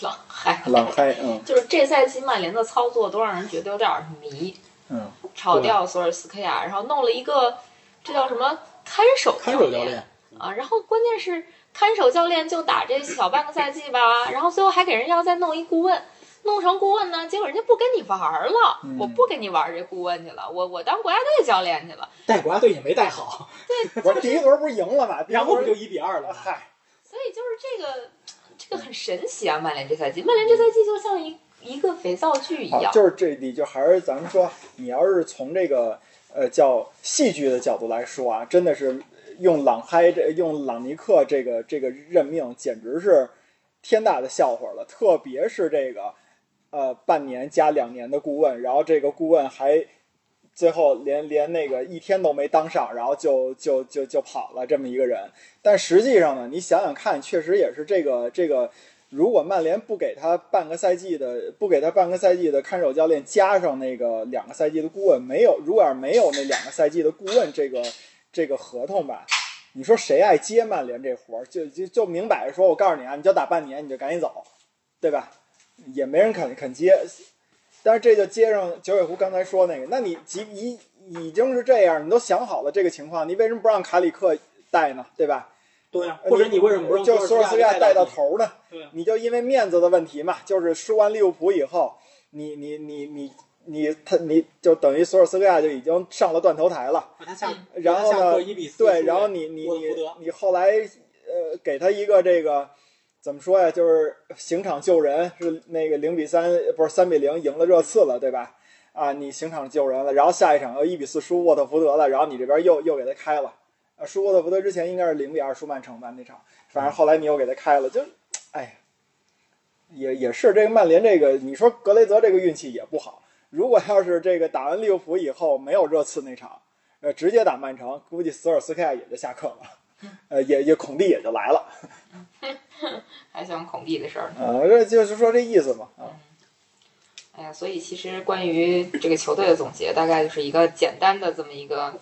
[SPEAKER 1] 冷嗨，
[SPEAKER 2] 朗开，嗯
[SPEAKER 1] 就是这赛季曼联的操作都让人觉得有点儿迷，
[SPEAKER 2] 嗯，
[SPEAKER 1] 炒掉索尔斯克亚，然后弄了一个这叫什么看守
[SPEAKER 3] 看守
[SPEAKER 1] 教
[SPEAKER 3] 教
[SPEAKER 1] 练
[SPEAKER 3] 练，
[SPEAKER 1] 啊，然后关键是看守教练就打这小半个赛季吧，然后最后还给人要再弄一顾问，弄成顾问呢，结果人家不跟你玩儿了，
[SPEAKER 2] 嗯
[SPEAKER 1] 我不跟你玩儿这顾问去了，我我当国家队教练去了，
[SPEAKER 3] 带国家队也没带好，
[SPEAKER 2] *laughs* 不是第一轮不是赢了吗？第一
[SPEAKER 3] 然后不
[SPEAKER 2] 轮
[SPEAKER 3] 就一比二了吗？
[SPEAKER 2] 嗨，
[SPEAKER 1] 所以就是这个这个很神奇啊，曼联这赛季，曼联这赛季就像一一个肥皂剧一
[SPEAKER 2] 好，
[SPEAKER 1] 样，
[SPEAKER 2] 嗯哦就是这，你就还是咱们说，你要是从这个呃叫戏剧的角度来说啊，真的是用朗嗨这用朗尼克这个这个任命，简直是天大的笑话了。特别是这个呃半年加两年的顾问，然后这个顾问还最后连连那个一天都没当上，然后就就就就跑了这么一个人。但实际上呢，你想想看，确实也是这个这个，如果曼联不给他半个赛季的，不给他半个赛季的看守教练，加上那个两个赛季的顾问，没有，如果要是没有那两个赛季的顾问这个 *laughs* 这个合同吧，你说谁爱接曼联这活儿？就就就明摆着说，我告诉你啊，你就打半年，你就赶紧走，对吧？也没人肯肯接。但是这就接上九尾狐刚才说那个，那你即已已经是这样，你都想好了这个情况，你为什么不让卡里克带呢？对吧？
[SPEAKER 3] 对啊，或者你为什么不让
[SPEAKER 2] 呃就索尔斯克亚带
[SPEAKER 3] 带
[SPEAKER 2] 到
[SPEAKER 3] 头？
[SPEAKER 2] 头呢？
[SPEAKER 3] 对啊，
[SPEAKER 2] 你就因为面子的问题嘛，就是输完利物浦以后，你你你你你他你就等于索尔斯克亚就已经上了断头台了。
[SPEAKER 3] 把他下，
[SPEAKER 2] 嗯然后呢
[SPEAKER 3] 把他下课一比四
[SPEAKER 2] 对，
[SPEAKER 3] 输
[SPEAKER 2] 然后
[SPEAKER 3] 给
[SPEAKER 2] 你你
[SPEAKER 3] 沃特
[SPEAKER 2] 你嗯
[SPEAKER 3] 福德
[SPEAKER 2] 你后来呃给他一个这个怎么说呀？就是刑场救人是那个零比三，不是三比零赢了热刺了，对吧？啊，你刑场救人了，然后下一场呃又一比四输沃特福德了，然后你这边又又给他开了，啊，输沃特福德之前应该是零比二输曼城吧那场，反正后来你又给他开了，就哎呀，也也是这个曼联这个，你说格雷泽这个运气也不好。如果要是这个打完利物浦以后没有热刺那场，呃，直接打曼城，估计索尔斯克亚也就下课了，呃，也也孔蒂也就来了，
[SPEAKER 1] 还想孔蒂的事儿呢。
[SPEAKER 2] 啊、这就是说这意思嘛，啊，
[SPEAKER 1] 哎呀，所以其实关于这个球队的总结，大概就是一个简单的这么一个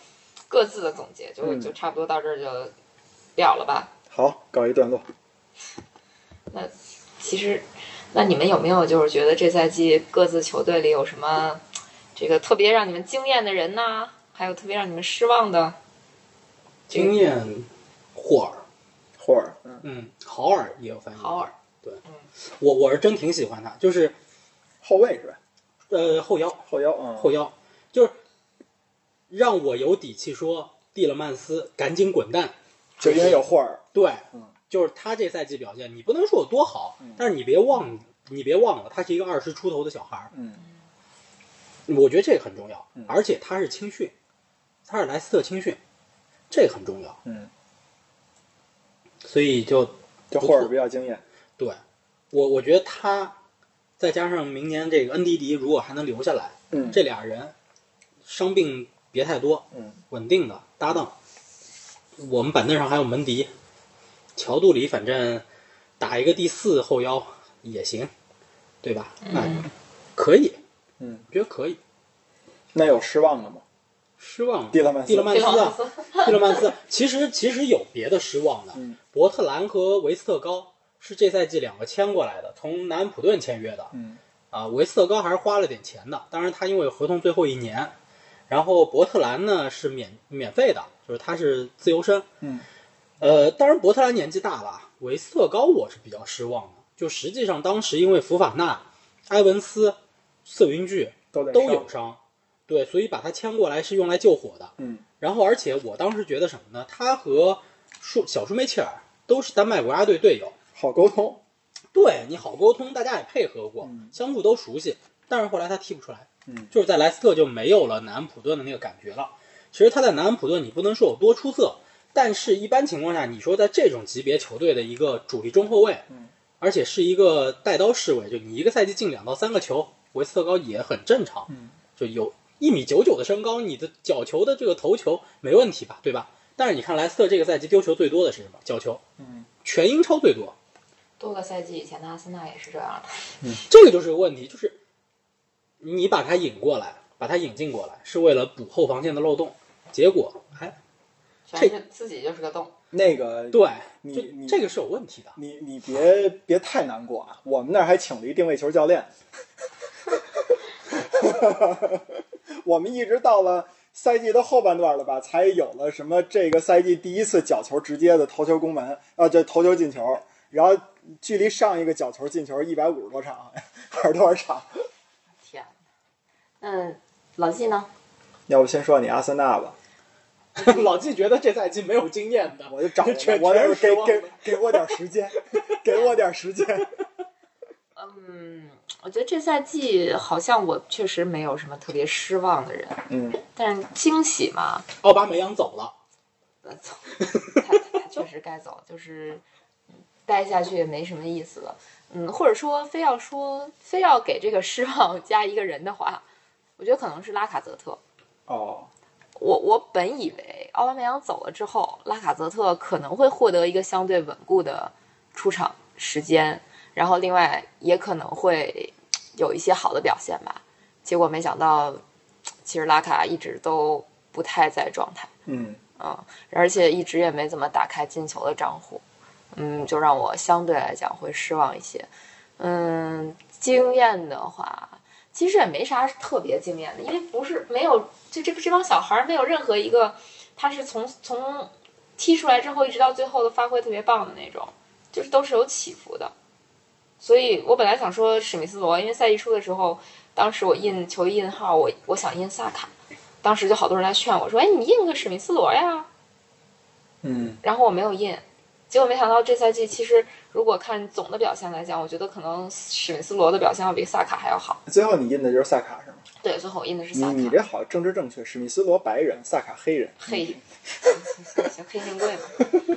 [SPEAKER 1] 各自的总结，就
[SPEAKER 2] 嗯
[SPEAKER 1] 就差不多到这儿就了了吧。
[SPEAKER 2] 好，告一段落。
[SPEAKER 1] 其实，那你们有没有就是觉得这赛季各自球队里有什么这个特别让你们惊艳的人呐、还有特别让你们失望的？
[SPEAKER 3] 经验霍尔，
[SPEAKER 2] 霍尔，嗯，
[SPEAKER 3] 嗯，豪尔也有翻译。
[SPEAKER 1] 豪尔，
[SPEAKER 3] 对
[SPEAKER 1] 嗯，
[SPEAKER 3] 我我是真挺喜欢他，就是
[SPEAKER 2] 后卫是吧？
[SPEAKER 3] 呃后腰，
[SPEAKER 2] 后腰，嗯，
[SPEAKER 3] 后腰，就是让我有底气说蒂勒曼斯赶紧滚蛋。
[SPEAKER 2] 就因为有霍尔，
[SPEAKER 3] 对，
[SPEAKER 2] 嗯
[SPEAKER 3] 就是他这赛季表现，你不能说有多好
[SPEAKER 2] 嗯，
[SPEAKER 3] 但是你别忘，你别忘了，他是一个二十出头的小孩儿，
[SPEAKER 2] 嗯
[SPEAKER 3] 我觉得这个很重要
[SPEAKER 2] 嗯，
[SPEAKER 3] 而且他是青训，他是莱斯特青训，这个很重要，
[SPEAKER 2] 嗯，
[SPEAKER 3] 所以就
[SPEAKER 2] 就霍尔比较惊艳，
[SPEAKER 3] 对我，我觉得他再加上明年这个恩迪迪如果还能留下来，
[SPEAKER 2] 嗯，
[SPEAKER 3] 这俩人伤病别太多，
[SPEAKER 2] 嗯
[SPEAKER 3] 稳定的搭档。我们板凳上还有门迪，乔杜里，反正打一个第四后腰也行，对吧？哎，可以，
[SPEAKER 2] 嗯，
[SPEAKER 3] 我觉得可以。
[SPEAKER 2] 那有失望的吗？
[SPEAKER 3] 失望，
[SPEAKER 2] 蒂勒曼斯
[SPEAKER 3] 蒂勒曼
[SPEAKER 1] 这
[SPEAKER 3] 斯
[SPEAKER 1] 个
[SPEAKER 3] 啊， *laughs* 蒂勒曼斯，其实其实有别的失望的
[SPEAKER 2] 嗯，
[SPEAKER 3] 伯特兰和维斯特高是这赛季两个签过来的，从南安普顿签约的，
[SPEAKER 2] 嗯，
[SPEAKER 3] 啊，维斯特高还是花了点钱的，当然他因为合同最后一年，然后伯特兰呢是免免费的，就是他是自由身，
[SPEAKER 2] 嗯，
[SPEAKER 3] 呃，当然伯特兰年纪大了，维斯特高我是比较失望的，就实际上当时因为福法纳、埃文斯、瑟云巨
[SPEAKER 2] 都在
[SPEAKER 3] 都
[SPEAKER 2] 上
[SPEAKER 3] 有伤，对，所以把他签过来是用来救火的。
[SPEAKER 2] 嗯，
[SPEAKER 3] 然后而且我当时觉得什么呢？他和舒小舒梅切尔都是丹麦国家队队友，
[SPEAKER 2] 好沟通，
[SPEAKER 3] 对你好沟通，大家也配合过，
[SPEAKER 2] 嗯
[SPEAKER 3] 相互都熟悉。但是后来他踢不出来，
[SPEAKER 2] 嗯
[SPEAKER 3] 就是在莱斯特就没有了南安普顿的那个感觉了。其实他在南安普顿，你不能说有多出色，但是一般情况下，你说在这种级别球队的一个主力中后卫，
[SPEAKER 2] 嗯
[SPEAKER 3] 而且是一个带刀侍卫，就你一个赛季进两到三个球，维斯特高也很正常。
[SPEAKER 2] 嗯，
[SPEAKER 3] 就有一米九九的身高，你的角球的这个头球没问题吧，对吧？但是你看莱斯特这个赛季丢球最多的是什么？角球，
[SPEAKER 2] 嗯，
[SPEAKER 3] 全英超最多，
[SPEAKER 1] 多个赛季以前的阿森纳也是这样的。
[SPEAKER 3] 这个就是个问题，就是你把他引过来，把他引进过来，是为了补后防线的漏洞，结果还
[SPEAKER 1] 全是自己就是个洞。
[SPEAKER 2] 那个
[SPEAKER 3] 对，
[SPEAKER 2] 你
[SPEAKER 3] 就
[SPEAKER 2] 你
[SPEAKER 3] 这个是有问题的。
[SPEAKER 2] 你你别别太难过啊！我们那儿还请了一定位球教练， *laughs* 我们一直到了赛季的后半段了吧，才有了什么这个赛季第一次角球直接的头球攻门啊，这头球进球，然后距离上一个角球进球一百五十多场还是多少场？
[SPEAKER 1] 天哪，那老纪呢？
[SPEAKER 2] 要不先说你阿森纳吧，
[SPEAKER 3] *laughs* 老纪觉得这赛季没有经验的
[SPEAKER 2] 我就找
[SPEAKER 3] 全
[SPEAKER 2] 我
[SPEAKER 3] 全是
[SPEAKER 2] 给
[SPEAKER 3] 失望
[SPEAKER 2] 给
[SPEAKER 3] 的
[SPEAKER 2] 给我点时间， *laughs* 给我点时间。
[SPEAKER 1] 嗯，我觉得这赛季好像我确实没有什么特别失望的人，
[SPEAKER 2] 嗯，
[SPEAKER 1] 但是惊喜嘛，
[SPEAKER 3] 奥巴梅扬走了，
[SPEAKER 1] 呃走，他他确实该走，就是待下去也没什么意思了。嗯，或者说非要说非要给这个失望 *laughs* 加一个人的话，我觉得可能是拉卡泽特。
[SPEAKER 2] 哦，
[SPEAKER 1] 我我本以为奥巴梅扬走了之后，拉卡泽特可能会获得一个相对稳固的出场时间，然后另外也可能会嘖有一些好的表现吧。结果没想到，嘖其实拉卡一直都不太在状态，
[SPEAKER 2] 嗯
[SPEAKER 1] 嗯，而且一直也没怎么打开进球的账户，嗯，就让我相对来讲会失望一些。嗯，经验的话，其实也没啥特别惊艳的，因为不是没有这这这帮小孩儿没有任何一个他是从从踢出来之后一直到最后的发挥特别棒的那种，就是都是有起伏的。所以我本来想说史密斯罗，因为赛季初的时候，当时我印球衣印号，我我想印萨卡，当时就好多人来劝我说：“哎，你印个史密斯罗呀。”
[SPEAKER 2] 嗯
[SPEAKER 1] 然后我没有印，结果没想到这赛季其实如果看总的表现来讲，我觉得可能史密斯罗的表现要比萨卡还要好。
[SPEAKER 2] 最后你印的就是萨卡是吗？
[SPEAKER 1] 对，最后我印的是
[SPEAKER 2] 你
[SPEAKER 1] 萨卡。
[SPEAKER 2] 你这好政治正确，史密斯罗白人，萨卡黑人。
[SPEAKER 1] *laughs* 黑，行行行，黑定贵嘛。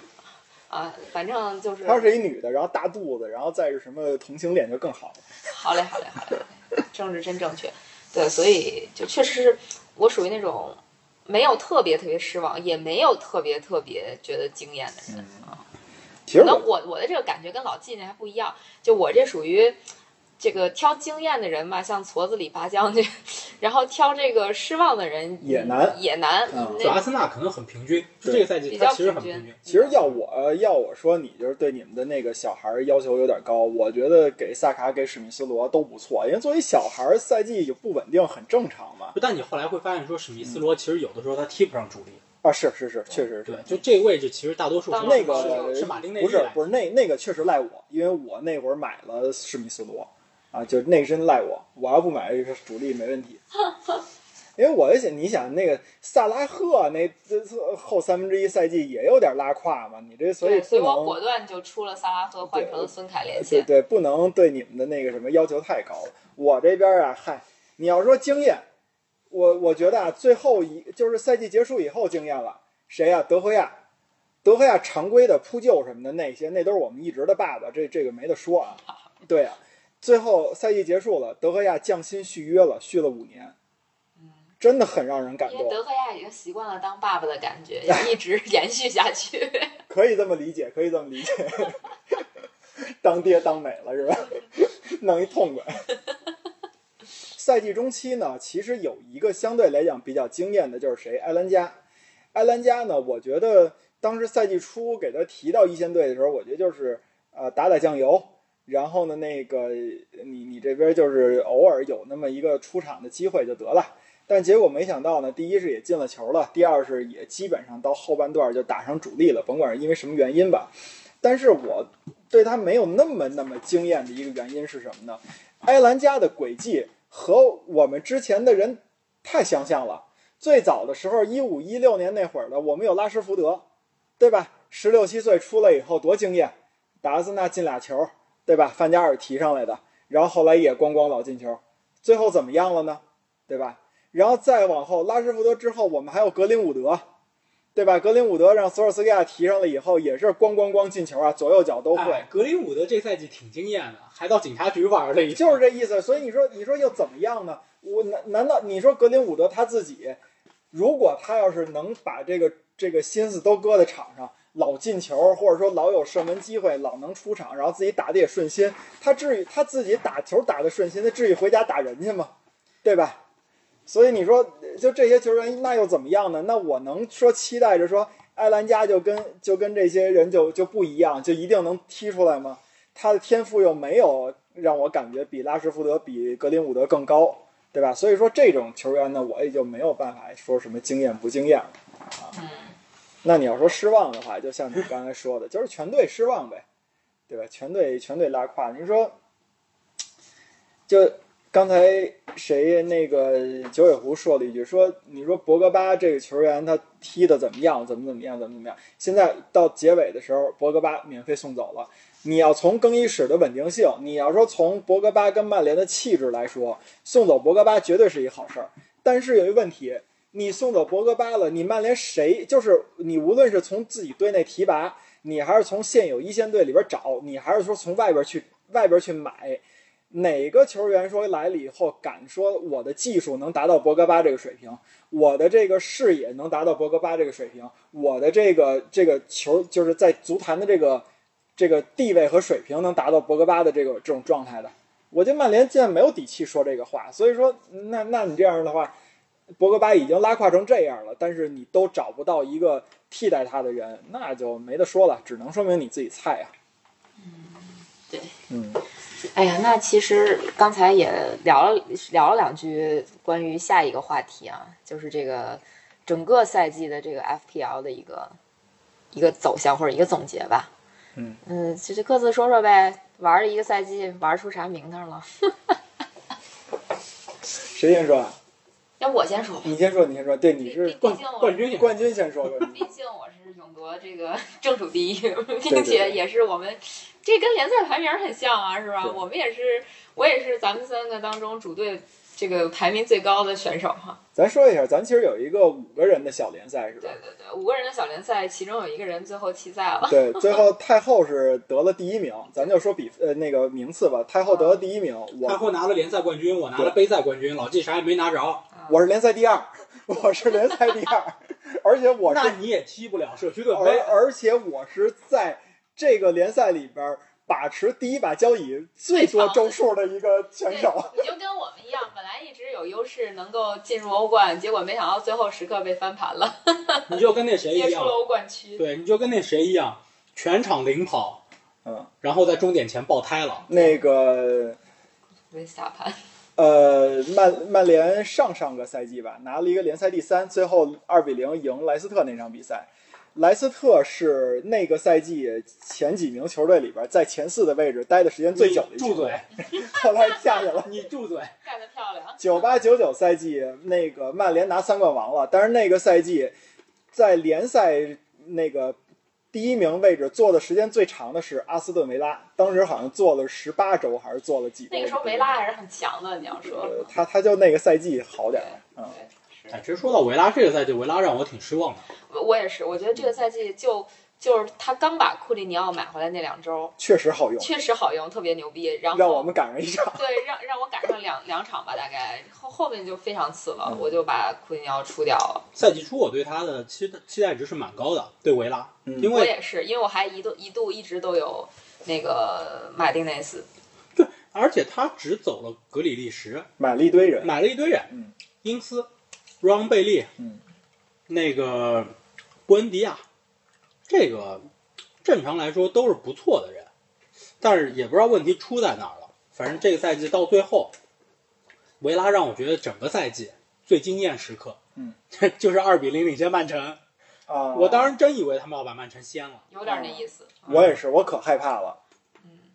[SPEAKER 1] 啊，反正就是，
[SPEAKER 2] 她是一女的，然后大肚子，然后再是什么同性恋就更好了。
[SPEAKER 1] 好嘞，好嘞，好嘞，政治真正确。对，所以就确实是我属于那种没有特别特别失望，也没有特别特别觉得惊艳的人。
[SPEAKER 2] 其实
[SPEAKER 1] 可能
[SPEAKER 2] 我
[SPEAKER 1] 我我的这个感觉跟老纪那还不一样，就我这属于这个挑经验的人吧，像矬子里拔将军， *laughs* 然后挑这个失望的人
[SPEAKER 2] 也难
[SPEAKER 1] 也难。
[SPEAKER 2] 嗯
[SPEAKER 3] 就
[SPEAKER 1] 那
[SPEAKER 3] 阿森纳可能很平均，就
[SPEAKER 2] 对
[SPEAKER 3] 这个赛
[SPEAKER 1] 比
[SPEAKER 3] 季
[SPEAKER 1] 较
[SPEAKER 3] 他其实很
[SPEAKER 1] 平均
[SPEAKER 3] 平
[SPEAKER 1] 嗯
[SPEAKER 3] 均。
[SPEAKER 2] 其实要我要我说，你就是对你们的那个小孩儿要求有点高。我觉得给萨卡给史密斯罗都不错，因为作为小孩儿赛季就不稳定很正常嘛。
[SPEAKER 3] 不但你后来会发现说史密斯罗其实有的时候他踢不上主力，
[SPEAKER 2] 啊，是是是，确实是
[SPEAKER 3] 对，。就这个位置其实大多数是
[SPEAKER 2] 那
[SPEAKER 3] 是
[SPEAKER 2] 个
[SPEAKER 3] 是马丁内
[SPEAKER 2] 不
[SPEAKER 3] 利
[SPEAKER 2] 是
[SPEAKER 3] 来
[SPEAKER 2] 不是那那个确实赖我，因为我那会儿买了史密斯罗，啊，就是那真赖我，我要不买这个主力没问
[SPEAKER 3] *laughs*
[SPEAKER 2] 题。因为我就想，你想那个萨拉赫啊那这这后三分之一赛季也有点拉胯嘛，你这所以
[SPEAKER 1] 对，所
[SPEAKER 2] 不
[SPEAKER 1] 以我果
[SPEAKER 2] 能
[SPEAKER 1] 断就出了萨拉赫，换成了孙凯连
[SPEAKER 2] 对
[SPEAKER 1] 线。
[SPEAKER 2] 对不能对你们的那个什么要求太高了。我这边啊，嗨，你要说经验，我我觉得啊，最后一就是赛季结束以后经验了，谁呀、德赫亚。德赫亚常规的扑救什么的那些，那都是我们一直的爸爸，这这个没得说啊。 *laughs* 对啊，最后赛季结束了，德赫亚降薪续约了，续了五年，真的很让人感
[SPEAKER 1] 嗯因为
[SPEAKER 2] 动，啊
[SPEAKER 1] 德赫亚已经习惯了当爸爸的感觉，要一直 *laughs* 延续下去。
[SPEAKER 2] 可以这么理解，可以这么理解。 *laughs* 当爹当美了是吧？弄一痛快。赛季中期呢，其实有一个相对来讲比较惊艳的，就是谁？埃兰加。埃兰加呢，我觉得当时赛季初给他提到一线队的时候，我觉得就是呃打打酱油，然后呢，那个你你这边就是偶尔有那么一个出场的机会就得了。但结果没想到呢，第一是也进了球了，第二是也基本上到后半段就打上主力了，甭管是因为什么原因吧。但是我对他没有那么那么惊艳的一个原因是什么呢？埃兰加的轨迹和我们之前的人太相像了。最早的时候，一五一六年那会儿的，我们有拉什福德，对吧？十六七岁出来以后多惊艳，打阿森纳进俩球，对吧？范加尔提上来的，然后后来也咣咣老进球，最后怎么样了呢？对吧？然后再往后，拉什福德之后，我们还有格林伍德，对吧？格林伍德让索尔斯克亚提上了以后，也是咣咣咣进球啊，左右脚都会。
[SPEAKER 3] 哎格林伍德这赛季挺惊艳的，还到警察局玩了一
[SPEAKER 2] 就是这
[SPEAKER 3] 这
[SPEAKER 2] 意思。所以你说，你说又怎么样呢？我难难道你说格林伍德他自己，如果他要是能把这个这个心思都搁在场上，老进球，或者说老有射门机会，老能出场，然后自己打的也顺心，他至于他自己打球打的顺心，他至于回家打人去吗？对吧？所以你说，就这些球员，那又怎么样呢？那我能说期待着说埃兰加就跟就跟这些人就就不一样，就一定能踢出来吗？他的天赋又没有让我感觉比拉什福德、比格林伍德更高，对吧？所以说这种球员呢，我也就没有办法说什么惊艳不惊艳了啊。那你要说失望的话，就像你刚才说的，就是全队失望呗，对吧？全队全队拉胯。您说，就刚才谁那个九尾狐说了一句，说你说博格巴这个球员他踢的怎么样，怎么怎么样，怎么怎么样？现在到结尾的时候，博格巴免费送走了。你要从更衣室的稳定性，你要说从博格巴跟曼联的气质来说，送走博格巴绝对是一好事儿。但是有一个问题，你送走博格巴了，你曼联谁就是你，无论是从自己队内提拔，你还是从现有一线队里边找，你还是说从外边去外边去买，哪个球员说来了以后敢说我的技术能达到博格巴这个水平，我的这个视野能达到博格巴这个水平，我的这个这个球就是在足坛的这个。这个地位和水平能达到博格巴的这个这种状态的。我觉得曼联现在没有底气说这个话，所以说，那那你这样的话，博格巴已经拉胯成这样了，但是你都找不到一个替代他的人，那就没得说了，只能说明你自己菜啊。
[SPEAKER 1] 对，
[SPEAKER 2] 嗯，
[SPEAKER 1] 哎呀，那其实刚才也聊了聊了两句关于下一个话题啊，就是这个整个赛季的这个 FPL 的一个一个走向或者一个总结吧。
[SPEAKER 2] 嗯
[SPEAKER 1] 嗯，就就各自说说呗，玩了一个赛季，玩出啥名堂了？
[SPEAKER 2] 谁先说啊？
[SPEAKER 1] 要不我先说吧，
[SPEAKER 2] 你先说，你先说。对，你
[SPEAKER 1] 毕
[SPEAKER 2] 是
[SPEAKER 1] 毕
[SPEAKER 3] 冠
[SPEAKER 1] 竟我
[SPEAKER 3] 冠军也
[SPEAKER 2] 冠军先说吧。
[SPEAKER 1] 毕竟我是勇夺这个 *laughs* 正数第一，
[SPEAKER 2] 对
[SPEAKER 1] 并且
[SPEAKER 2] 对
[SPEAKER 1] 也是我们这跟联赛排名很像啊，是吧？
[SPEAKER 2] 对
[SPEAKER 1] 我们也是，我也是咱们三个当中主队这个排名最高的选手哈。
[SPEAKER 2] *laughs* 咱说一下，咱其实有一个五个人的小联赛，是吧
[SPEAKER 1] 对？对对，五个人的小联赛，其中有一个人最后弃赛了。
[SPEAKER 2] 对，最后太后是得了第一名，咱就说比呃那个名次吧。太后得了第一名，
[SPEAKER 3] 太
[SPEAKER 2] 我
[SPEAKER 3] 后拿了联赛冠军，我拿了
[SPEAKER 2] 对
[SPEAKER 3] 杯赛冠军，老季啥也没拿着。
[SPEAKER 2] 啊
[SPEAKER 1] 啊
[SPEAKER 2] 我是联赛第二，我是联赛第二，而且我是
[SPEAKER 3] 那你也踢不了社区盾
[SPEAKER 2] 而
[SPEAKER 3] 杯。
[SPEAKER 2] 而且我是在这个联赛里边把持第一把交椅最多周数的一个选手。
[SPEAKER 1] 对，你就跟我们一样，本来一直有优势能够进入欧冠，结果没想到最后时刻被翻盘了，
[SPEAKER 3] 你就跟那
[SPEAKER 2] 哎
[SPEAKER 3] 谁
[SPEAKER 1] 跌 *laughs*
[SPEAKER 3] 一
[SPEAKER 1] 出
[SPEAKER 3] 样
[SPEAKER 1] 了，欧冠区。
[SPEAKER 3] 对，你就跟那谁一样，全场领跑，
[SPEAKER 2] 嗯，
[SPEAKER 3] 然后在终点前爆胎了。
[SPEAKER 2] 那个
[SPEAKER 1] 被下盘。 *laughs*
[SPEAKER 2] 呃，曼曼联上上个赛季吧，拿了一个联赛第三，最后二比零赢莱斯特那场比赛。莱斯特是那个赛季前几名球队里边在前四的位置待的时间最久的
[SPEAKER 3] 你
[SPEAKER 2] 一
[SPEAKER 3] 住
[SPEAKER 2] 支队，
[SPEAKER 3] 嘴！
[SPEAKER 2] 后来下去了。
[SPEAKER 3] 你住嘴！
[SPEAKER 1] 干得漂亮！
[SPEAKER 2] 九八九九赛季，那个曼联拿三冠王了，但是那个赛季在联赛那个第一名位置坐的时间最长的是阿斯顿维拉，当时好像坐了十八周还是坐了几周？
[SPEAKER 1] 那个时候维拉还是很强的，你要说。
[SPEAKER 2] 呃，他他就那个赛季好点儿，嗯，
[SPEAKER 1] 对是
[SPEAKER 3] 哎，其实说到维拉这个赛季，维拉让我挺失望的。
[SPEAKER 1] 我我也是，我觉得这个赛季就就是他刚把库利尼奥买回来那两周，
[SPEAKER 2] 确实好用，
[SPEAKER 1] 确实好用，特别牛逼。然后
[SPEAKER 2] 让我们赶上一场。
[SPEAKER 1] 对让让我赶上两两场吧，大概后后面就非常次了
[SPEAKER 2] 嗯，
[SPEAKER 1] 我就把库利尼奥出掉了。
[SPEAKER 3] 赛季初我对他的期待期待值是蛮高的，对维拉，
[SPEAKER 2] 嗯
[SPEAKER 3] 因
[SPEAKER 1] 我
[SPEAKER 3] 为
[SPEAKER 1] 也是，因为我还一度一度一直都有那个马丁内斯，
[SPEAKER 3] 而且他只走了格里利什，
[SPEAKER 2] 买了一堆人，
[SPEAKER 3] 买了一堆人，
[SPEAKER 2] 嗯
[SPEAKER 3] 因斯、让贝利，
[SPEAKER 2] 嗯
[SPEAKER 3] 那个布恩迪亚，这个正常来说都是不错的人，但是也不知道问题出在哪儿了。反正这个赛季到最后，维拉让我觉得整个赛季最惊艳时刻，
[SPEAKER 2] 嗯，
[SPEAKER 3] *laughs* 就是二比零领先曼城。
[SPEAKER 2] 啊，
[SPEAKER 3] 我当时真以为他们要把曼城掀了，
[SPEAKER 1] 有点那意思。
[SPEAKER 3] 哦
[SPEAKER 1] 嗯
[SPEAKER 2] 我也是，我可害怕了。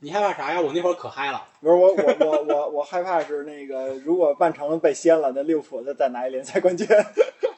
[SPEAKER 3] 你害怕啥呀？我那会儿可嗨了。
[SPEAKER 2] 不是我我我我我害怕是那个，如果曼城被掀了，那利物浦再再拿一联赛冠军。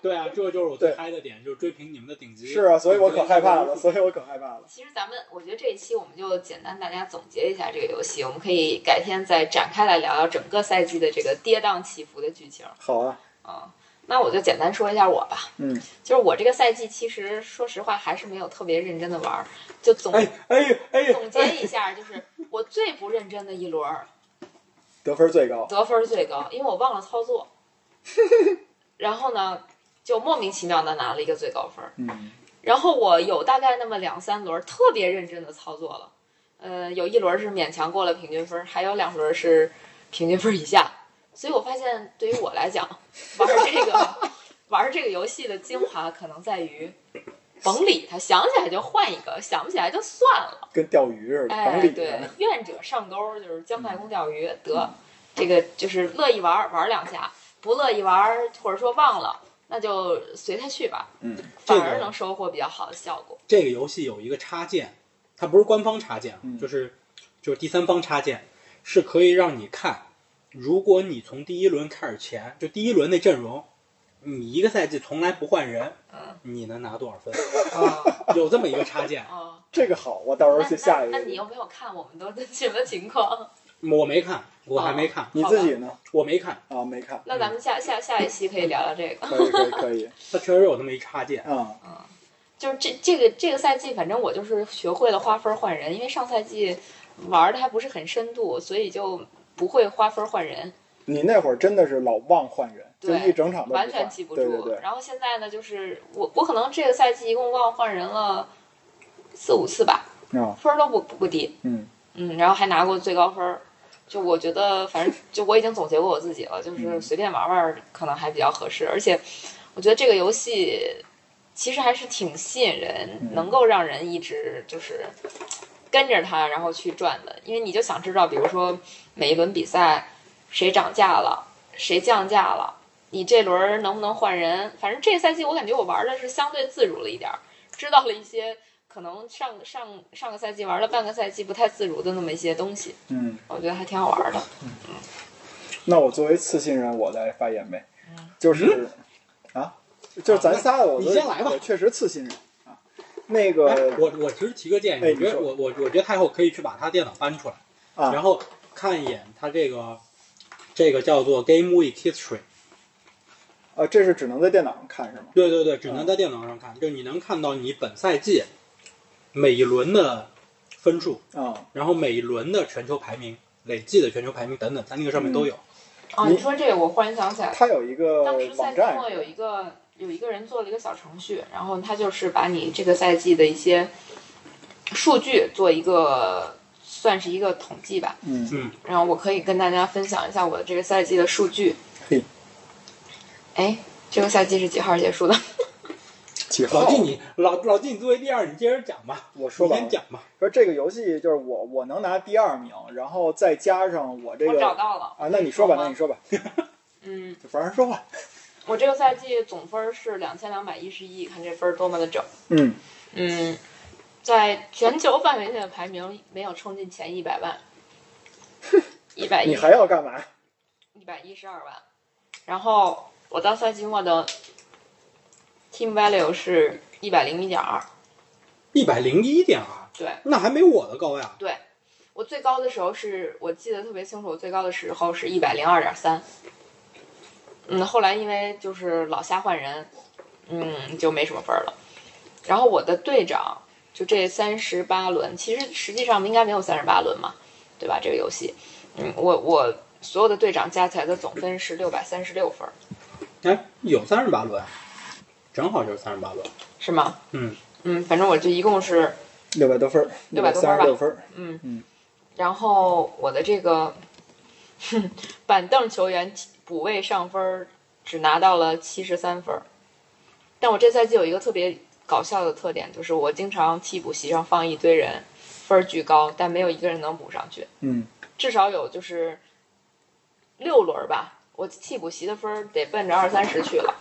[SPEAKER 3] 对啊，这就是我最
[SPEAKER 2] 对
[SPEAKER 3] 嗨的点，就是追平你们的顶级。
[SPEAKER 2] 是啊，所以我可害怕
[SPEAKER 3] 顶级
[SPEAKER 2] 了，所以我可害怕了。
[SPEAKER 1] 其实咱们，我觉得这一期我们就简单大家总结一下这个游戏，我们可以改天再展开来聊聊整个赛季的这个跌宕起伏的剧情
[SPEAKER 2] 好啊，
[SPEAKER 1] 啊。那我就简单说一下我吧，
[SPEAKER 2] 嗯，
[SPEAKER 1] 就是我这个赛季其实说实话还是没有特别认真的玩儿，就总、
[SPEAKER 3] 哎哎呦哎呦，
[SPEAKER 1] 总结一下，就是我最不认真的一轮儿
[SPEAKER 2] 得分最高。
[SPEAKER 1] 得分最高，因为我忘了操作，然后呢就莫名其妙的拿了一个最高分儿。
[SPEAKER 2] 嗯，
[SPEAKER 1] 然后我有大概那么两三轮特别认真的操作了，呃，有一轮是勉强过了平均分，还有两轮是平均分以下。所以我发现，对于我来讲，玩这个玩这个游戏的精华可能在于，甭理他，想起来就换一个，想不起来就算了。
[SPEAKER 2] 跟钓鱼似的，
[SPEAKER 1] 哎
[SPEAKER 2] 甭，理啊
[SPEAKER 1] 对
[SPEAKER 2] 他。，
[SPEAKER 1] 愿者上钩，就是姜太公钓鱼，
[SPEAKER 2] 嗯
[SPEAKER 1] 得这个就是乐意玩玩两下，不乐意玩或者说忘了，那就随他去吧，
[SPEAKER 2] 嗯，
[SPEAKER 1] 反
[SPEAKER 3] 这
[SPEAKER 1] 而
[SPEAKER 3] 个
[SPEAKER 1] 能收获比较好的效
[SPEAKER 2] *laughs*
[SPEAKER 1] 果。
[SPEAKER 3] 这个游戏有一个插件，它不是官方插件，啊
[SPEAKER 2] 嗯
[SPEAKER 3] 就是就是第三方插件，是可以让你看，如果你从第一轮开始前，就第一轮那阵容，你一个赛季从来不换人，
[SPEAKER 1] 嗯
[SPEAKER 3] 你能拿多少分？
[SPEAKER 1] 啊
[SPEAKER 3] 有这么一个插件，
[SPEAKER 2] *laughs*
[SPEAKER 1] 哦，
[SPEAKER 2] 这个好，我到时候
[SPEAKER 1] 那
[SPEAKER 2] 去下一
[SPEAKER 1] 那
[SPEAKER 2] 个
[SPEAKER 1] 那。你有没有看我们都是什么情况？ *laughs*
[SPEAKER 3] 我没看，我还没看，
[SPEAKER 2] 你自己呢？
[SPEAKER 3] 我没看，
[SPEAKER 2] 啊，没看。
[SPEAKER 1] 那咱们下下下一期可以聊聊这个。
[SPEAKER 2] 可以可以可
[SPEAKER 1] *laughs*
[SPEAKER 2] 以，
[SPEAKER 3] 它确实有那么一插件。
[SPEAKER 2] 嗯，
[SPEAKER 1] 就是这这个这个赛季，反正我就是学会了花分换人，因为上赛季玩的还不是很深度，所以就不会花分换人，
[SPEAKER 2] 你那会儿真的是老忘换人，就
[SPEAKER 1] 对
[SPEAKER 2] 一整场都不换
[SPEAKER 1] 完全记不住。
[SPEAKER 2] 对对对，
[SPEAKER 1] 然后现在呢，就是我我可能这个赛季一共忘换人了四五次吧，
[SPEAKER 2] 啊，
[SPEAKER 1] 分儿都不不不低。
[SPEAKER 2] 嗯
[SPEAKER 1] 嗯，然后还拿过最高分儿。就我觉得，反
[SPEAKER 2] *laughs*
[SPEAKER 1] 正就我已经总结过我自己了，就是
[SPEAKER 2] 嗯
[SPEAKER 1] 随便玩玩儿可能还比较合适。而且，我觉得这个游戏其实还是挺吸引人，
[SPEAKER 2] 嗯
[SPEAKER 1] 能够让人一直就是跟着它，然后去转的。因为你就想知道，比如说每一轮比赛谁涨价了，谁降价了，你这轮儿能不能换人？反正这个赛季我感觉我玩的是相对自如了一点儿，知道了一些可能上上上个赛季玩了半个赛季不太自如的那么一些东西，
[SPEAKER 2] 嗯。
[SPEAKER 1] 我觉得还挺好玩的。
[SPEAKER 2] 那我作为次新人，我来发言呗，
[SPEAKER 1] 嗯
[SPEAKER 2] 就是、啊，就是咱仨我都
[SPEAKER 3] 嗯你先来吧
[SPEAKER 2] 我确实次新人啊。那
[SPEAKER 3] 哎
[SPEAKER 2] 个
[SPEAKER 3] 我我其实提个建议，
[SPEAKER 2] 哎
[SPEAKER 3] 我觉
[SPEAKER 2] 你
[SPEAKER 3] 得
[SPEAKER 2] 说
[SPEAKER 3] 我我我觉得太后可以去把他电脑搬出来，
[SPEAKER 2] 啊
[SPEAKER 3] 然后看一眼他这个这个叫做 Game Week History。
[SPEAKER 2] 呃，这是只能在电脑上看是吗？
[SPEAKER 3] 对对对，只能在电脑上看，就你能看到你本赛季每一轮的分数，
[SPEAKER 2] 啊，
[SPEAKER 3] 然后每一轮的全球排名、累计的全球排名等等，在那个上面都有。
[SPEAKER 2] 嗯
[SPEAKER 1] 哦，
[SPEAKER 2] 你
[SPEAKER 1] 你说这个，我忽然想起来，
[SPEAKER 2] 它有一个
[SPEAKER 1] 当时赛
[SPEAKER 2] 呃网
[SPEAKER 1] 季
[SPEAKER 2] 站
[SPEAKER 1] 末有一个有一个人做了一个小程序，然后他就是把你这个赛季的一些数据做一个算是一个统计吧。
[SPEAKER 2] 嗯，
[SPEAKER 1] 然后我可以跟大家分享一下我的这个赛季的数据。
[SPEAKER 2] 嘿，
[SPEAKER 1] *laughs* 哎，这个赛季是几号结束的？
[SPEAKER 2] 几号
[SPEAKER 3] 老？季你，老老季，你作为第二，你接着讲吧，
[SPEAKER 2] 我
[SPEAKER 3] 你
[SPEAKER 2] 说完
[SPEAKER 3] 先
[SPEAKER 2] 了，
[SPEAKER 3] 讲吧。
[SPEAKER 2] 说这个游戏就是我我能拿第二名，然后再加上我这
[SPEAKER 1] 我
[SPEAKER 2] 个
[SPEAKER 1] 找到了。
[SPEAKER 2] 啊，那你说吧，
[SPEAKER 1] 吗
[SPEAKER 2] 那你说吧，
[SPEAKER 1] 嗯，
[SPEAKER 2] 反正说吧，
[SPEAKER 1] 我这个赛季总分是两千两百一十一，看这分儿多么的整。
[SPEAKER 2] 嗯
[SPEAKER 1] 嗯，在全球范围内的排名没有冲进前一百万，一百
[SPEAKER 2] 你
[SPEAKER 1] 一
[SPEAKER 2] 还要干嘛？
[SPEAKER 1] 一百一十二万。然后我到赛季末的 team value 是一百零一点二，
[SPEAKER 3] 一百零一点啊，
[SPEAKER 1] 对
[SPEAKER 3] 那还没我的高呀。
[SPEAKER 1] 对。我最高的时候是我记得特别清楚，我最高的时候是一百零二点三。嗯，后来因为就是老瞎换人，嗯，就没什么分儿了。然后我的队长就这三十八轮，其实实际上应该没有三十八轮嘛，对吧？这个游戏，嗯，我我所有的队长加起来的总分是六百三十六分儿，
[SPEAKER 3] 哎，有三十八轮，啊正好就是三十八轮。
[SPEAKER 1] 是吗？
[SPEAKER 3] 嗯，
[SPEAKER 1] 嗯，反正我这一共是，
[SPEAKER 2] 六百多分儿，
[SPEAKER 1] 600
[SPEAKER 2] 百
[SPEAKER 1] 多
[SPEAKER 2] 三
[SPEAKER 1] 分
[SPEAKER 2] 十
[SPEAKER 1] 吧
[SPEAKER 2] 六分儿，
[SPEAKER 1] 嗯
[SPEAKER 2] 嗯，
[SPEAKER 1] 然后我的这个板凳球员补位上分儿只拿到了七十三分儿。但我这赛季有一个特别搞笑的特点，就是我经常替补席上放一堆人，分儿巨高，但没有一个人能补上去。
[SPEAKER 2] 嗯，
[SPEAKER 1] 至少有就是六轮儿吧，我替补席的分儿得奔着二三十去了，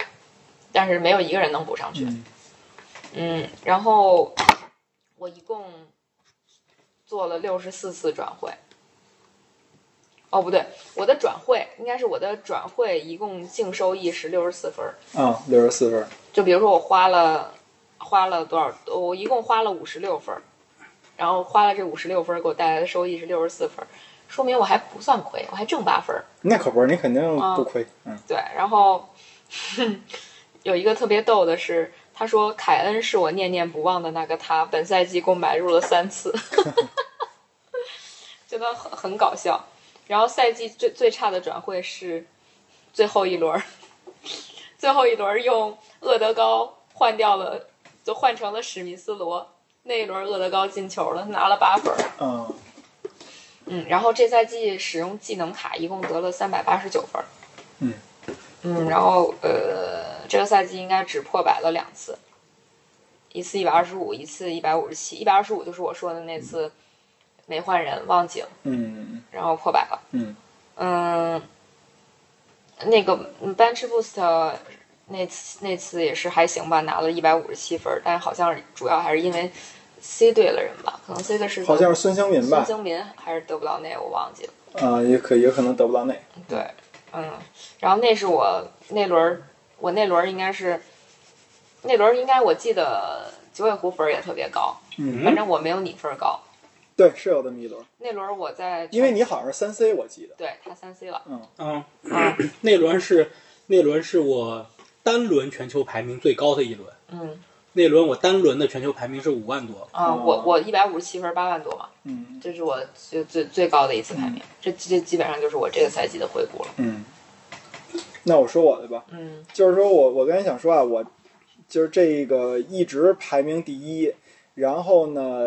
[SPEAKER 1] 但是没有一个人能补上去。
[SPEAKER 2] 嗯
[SPEAKER 1] 嗯，然后我一共做了六十四次转会。哦，不对，我的转会应该是我的转会一共净收益是六十四分儿。
[SPEAKER 2] 啊，六十四分儿，
[SPEAKER 1] 就比如说我花了花了多少，我一共花了五十六分儿，然后花了这五十六分儿给我带来的收益是六十四分儿，说明我还不算亏，我还挣八分儿。
[SPEAKER 2] 那可不是，你肯定不亏。嗯
[SPEAKER 1] 对，然后有一个特别逗的是，他说凯恩是我念念不忘的那个他，本赛季共买入了三次，觉得很很搞笑。然后赛季最最差的转会是最后一轮儿， *laughs* 最后一轮儿用厄德高换掉了，就换成了史密斯罗。那一轮儿厄德高进球了，拿了八分儿。
[SPEAKER 2] 啊，
[SPEAKER 1] 嗯，然后这赛季使用技能卡一共得了三百八十九分。
[SPEAKER 2] 嗯。
[SPEAKER 1] 嗯，然后呃，这个赛季应该只破百了两次，一次一百二十五，一次一百五十七。一百二十五就是我说的那次没换人忘警，
[SPEAKER 2] 嗯
[SPEAKER 1] 然后破百了。
[SPEAKER 2] 嗯
[SPEAKER 1] 嗯，那个嗯 Bench Boost 那次那次也是还行吧，拿了一百五十七分儿，但好像主要还是因为 C 队了人吧，可能 C 队是
[SPEAKER 2] 嗯，好像是孙兴民
[SPEAKER 1] 孙
[SPEAKER 2] 吧？
[SPEAKER 1] 兴民还是得不到那个，我忘记了。
[SPEAKER 2] 啊，也可也可能得不到那。
[SPEAKER 1] 对，嗯，然后那是我那轮儿，我那轮儿应该是，那轮儿应该我记得九尾狐分儿也特别高，
[SPEAKER 2] 嗯
[SPEAKER 1] 反正我没有你分儿高。
[SPEAKER 2] 对，是有这么一轮，
[SPEAKER 1] 那轮儿我在，
[SPEAKER 2] 因为你好像是三 C，我记得。
[SPEAKER 1] 对他三 C 了，
[SPEAKER 2] 哦
[SPEAKER 3] 嗯，
[SPEAKER 1] 嗯
[SPEAKER 3] *clears throat* 那轮是那轮是我单轮全球排名最高的一轮，
[SPEAKER 1] 嗯
[SPEAKER 3] 那轮我单轮的全球排名是五万多，
[SPEAKER 2] 哦
[SPEAKER 1] 啊，我我一百五十七分儿八万多嘛，
[SPEAKER 2] 嗯
[SPEAKER 1] 这是我最最最高的一次排名，这这基本上就是我这个赛季的回顾了。
[SPEAKER 2] 嗯，那我说我的吧。
[SPEAKER 1] 嗯
[SPEAKER 2] 就是说我我刚才想说啊，我就是这个一直排名第一，然后呢，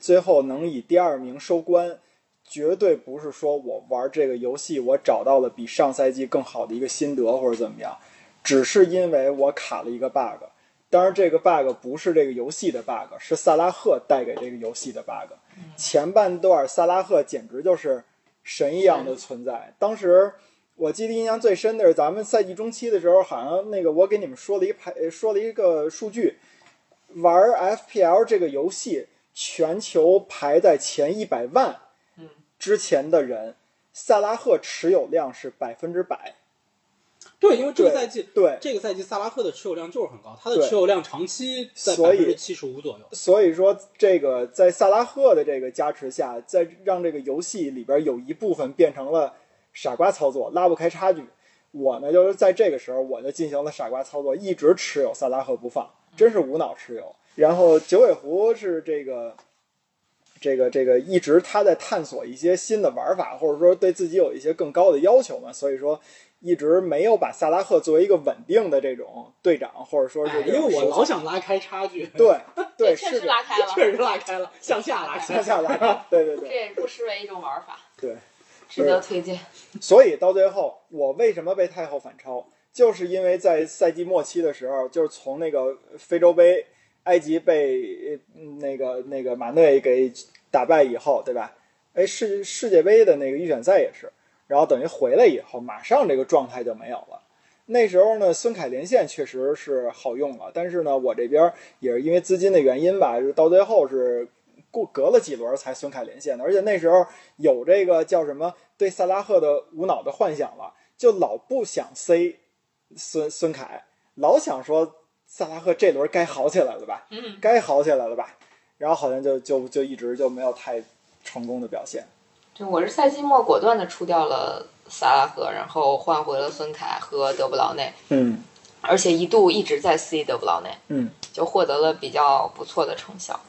[SPEAKER 2] 最后能以第二名收官，绝对不是说我玩这个游戏我找到了比上赛季更好的一个心得或者怎么样，只是因为我卡了一个 bug。当然，这个 bug 不是这个游戏的 bug，是萨拉赫带给这个游戏的 bug。前半段萨拉赫简直就是神一样的存在，当时。我记得印象最深的是咱们赛季中期的时候，好像那个我给你们说了一排，呃说了一个数据，玩儿 FPL 这个游戏，全球排在前一百万
[SPEAKER 1] 嗯
[SPEAKER 2] 之前的人，萨拉赫持有量是百分之百。
[SPEAKER 3] 对，因为这个
[SPEAKER 2] 对
[SPEAKER 3] 赛季
[SPEAKER 2] 对，
[SPEAKER 3] 这个赛季萨拉赫的持有量就是很高，他
[SPEAKER 2] 对
[SPEAKER 3] 的持有量长期在百
[SPEAKER 2] 所以
[SPEAKER 3] 分之七十五左右。
[SPEAKER 2] 所以说这个在萨拉赫的这个加持下，再让这个游戏里边有一部分变成了傻瓜操作，拉不开差距。我呢，就是在这个时候，我就进行了傻瓜操作，一直持有萨拉赫不放，真是无脑持有。然后九尾狐是这个，这个这个一直他在探索一些新的玩法，或者说对自己有一些更高的要求嘛，所以说一直没有把萨拉赫作为一个稳定的这种队长，或者说是
[SPEAKER 3] 哎
[SPEAKER 2] 这
[SPEAKER 3] 呦，
[SPEAKER 2] 种
[SPEAKER 3] 我
[SPEAKER 2] 首
[SPEAKER 3] 老想拉开差距， *laughs*
[SPEAKER 2] 对对
[SPEAKER 1] 确
[SPEAKER 2] 是
[SPEAKER 1] 实
[SPEAKER 2] 这样
[SPEAKER 1] 拉开了，
[SPEAKER 3] 确实拉开了，向下拉开
[SPEAKER 2] 向下拉开，对对
[SPEAKER 1] 这
[SPEAKER 2] 对
[SPEAKER 1] 也不失为一种玩法，
[SPEAKER 2] 对。
[SPEAKER 1] 值得推荐。
[SPEAKER 2] 所以到最后，我为什么被太后反超，就是因为在赛季末期的时候，就是从那个非洲杯，埃及被呃那个那个马内给打败以后，对吧？哎，世世界杯的那个预选赛也是，然后等于回来以后，马上这个状态就没有了。那时候呢，孙凯连线确实是好用了，但是呢，我这边也是因为资金的原因吧，就到最后是过隔了几轮才孙凯连线的，而且那时候有这个叫什么对萨拉赫的无脑的幻想了，就老不想塞孙孙凯，老想说萨拉赫这轮该好起来了吧，
[SPEAKER 1] 嗯，
[SPEAKER 2] 该好起来了吧，然后好像就就就一直就没有太成功的表现。
[SPEAKER 1] 就我是赛季末果断的出掉了萨拉赫，然后换回了孙凯和德布劳内，
[SPEAKER 2] 嗯
[SPEAKER 1] 而且一度一直在 C 德布劳内，
[SPEAKER 2] 嗯，
[SPEAKER 1] 就获得了比较不错的成效。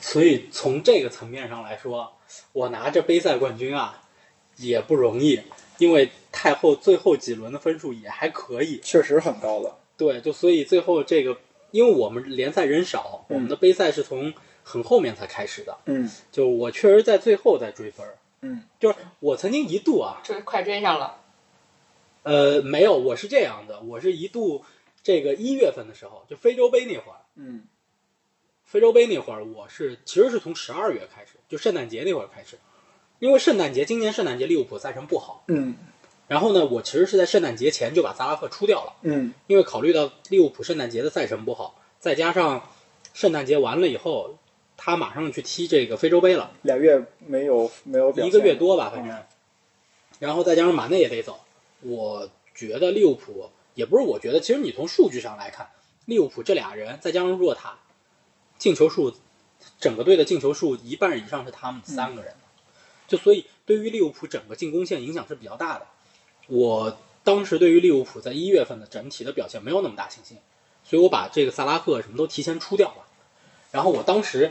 [SPEAKER 3] 所以从这个层面上来说，我拿着杯赛冠军啊，也不容易，因为太后最后几轮的分数也还可以。
[SPEAKER 2] 确实很高了。
[SPEAKER 3] 对，就所以最后这个，因为我们联赛人少，
[SPEAKER 2] 嗯
[SPEAKER 3] 我们的杯赛是从很后面才开始的，
[SPEAKER 2] 嗯
[SPEAKER 3] 就我确实在最后在追分儿，
[SPEAKER 2] 嗯，
[SPEAKER 3] 就是我曾经一度啊，
[SPEAKER 1] 追快追上了，
[SPEAKER 3] 呃，没有，我是这样的，我是一度这个一月份的时候，就非洲杯那会儿，
[SPEAKER 2] 嗯
[SPEAKER 3] 非洲杯那会儿，我是其实是从十二月开始，就圣诞节那会儿开始，因为圣诞节今年圣诞节利物浦赛程不好，
[SPEAKER 2] 嗯
[SPEAKER 3] 然后呢，我其实是在圣诞节前就把萨拉赫出掉了，
[SPEAKER 2] 嗯
[SPEAKER 3] 因为考虑到利物浦圣诞节的赛程不好，再加上圣诞节完了以后，他马上去踢这个非洲杯了，
[SPEAKER 2] 俩月没有没有表
[SPEAKER 3] 一
[SPEAKER 2] 现，
[SPEAKER 3] 个月多吧，反正
[SPEAKER 2] 嗯，
[SPEAKER 3] 然后再加上马内也得走，我觉得利物浦也不是，我觉得其实你从数据上来看，利物浦这俩人再加上若塔，进球数，整个队的进球数一半以上是他
[SPEAKER 2] 嗯
[SPEAKER 3] 们三个人，就所以对于利物浦整个进攻线影响是比较大的。我当时对于利物浦在一月份的整体的表现没有那么大信心，所以我把这个萨拉赫什么都提前出掉了。然后我当时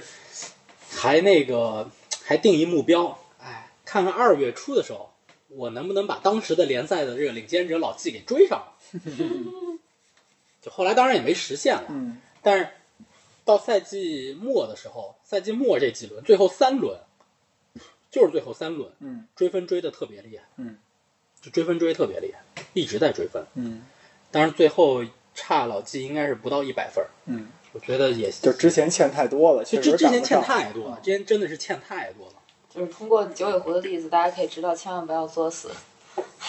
[SPEAKER 3] 还那个还定一目标，哎，看看二月初的时候，我能不能把当时的联赛的这个领先者老季给追上了。 *laughs* 就后来当然也没实现了，
[SPEAKER 2] 嗯
[SPEAKER 3] 但是到赛季末的时候，赛季末这几轮，最后三轮，就是最后三轮
[SPEAKER 2] 嗯
[SPEAKER 3] 追分追的特别厉害，
[SPEAKER 2] 嗯，
[SPEAKER 3] 就追分追得特别厉害，一直在追分。
[SPEAKER 2] 嗯
[SPEAKER 3] 当然最后差老季应该是不到一百分儿，
[SPEAKER 2] 嗯，
[SPEAKER 3] 我觉得也
[SPEAKER 2] 就之前欠太多了，确
[SPEAKER 3] 就之
[SPEAKER 2] 实
[SPEAKER 3] 之
[SPEAKER 2] 赶
[SPEAKER 3] 前
[SPEAKER 2] 不
[SPEAKER 3] 欠
[SPEAKER 2] 上。
[SPEAKER 3] 太多了，之前真的是欠太多了。
[SPEAKER 1] 就是通过九尾狐的例子，大家可以知道，千万不要作死。 *laughs*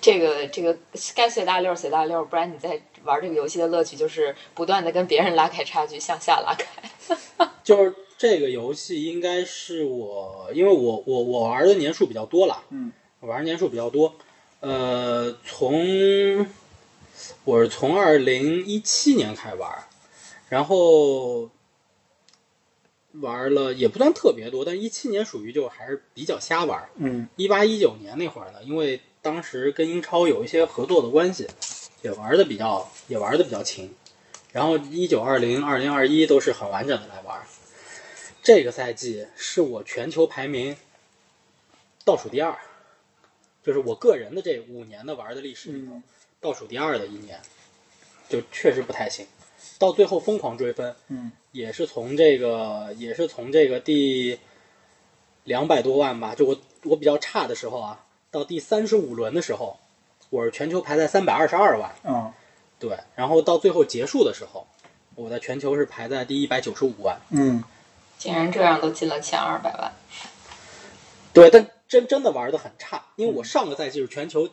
[SPEAKER 1] 这个这个该随大溜儿随大溜儿，不然你在玩这个游戏的乐趣就是不断的跟别人拉开差距，向下拉开。
[SPEAKER 3] 就是这个游戏应该是我，因为我我我玩的年数比较多了，
[SPEAKER 2] 嗯，
[SPEAKER 3] 我玩的年数比较多，呃，从我是从二零一七年开始玩，然后玩了也不算特别多，但一七年属于就还是比较瞎玩，
[SPEAKER 2] 嗯
[SPEAKER 3] 一八一九年那会儿呢，因为当时跟英超有一些合作的关系，也玩的比较也玩的比较勤。然后一九二零、二零二一都是很完整的来玩。这个赛季是我全球排名倒数第二，就是我个人的这五年的玩的历史里头
[SPEAKER 2] 嗯
[SPEAKER 3] 倒数第二的一年，就确实不太行。到最后疯狂追分，
[SPEAKER 2] 嗯
[SPEAKER 3] 也是从这个，也是从这个第两百多万吧，就我我比较差的时候啊，到第三十五轮的时候，我是全球排在三百二十二万，
[SPEAKER 2] 嗯
[SPEAKER 3] 对，然后到最后结束的时候，我在全球是排在第一百九十五万，
[SPEAKER 2] 嗯
[SPEAKER 1] 竟然这样都进了前二百万，
[SPEAKER 3] 对，但真真的玩的很差，因为我上个赛季是全球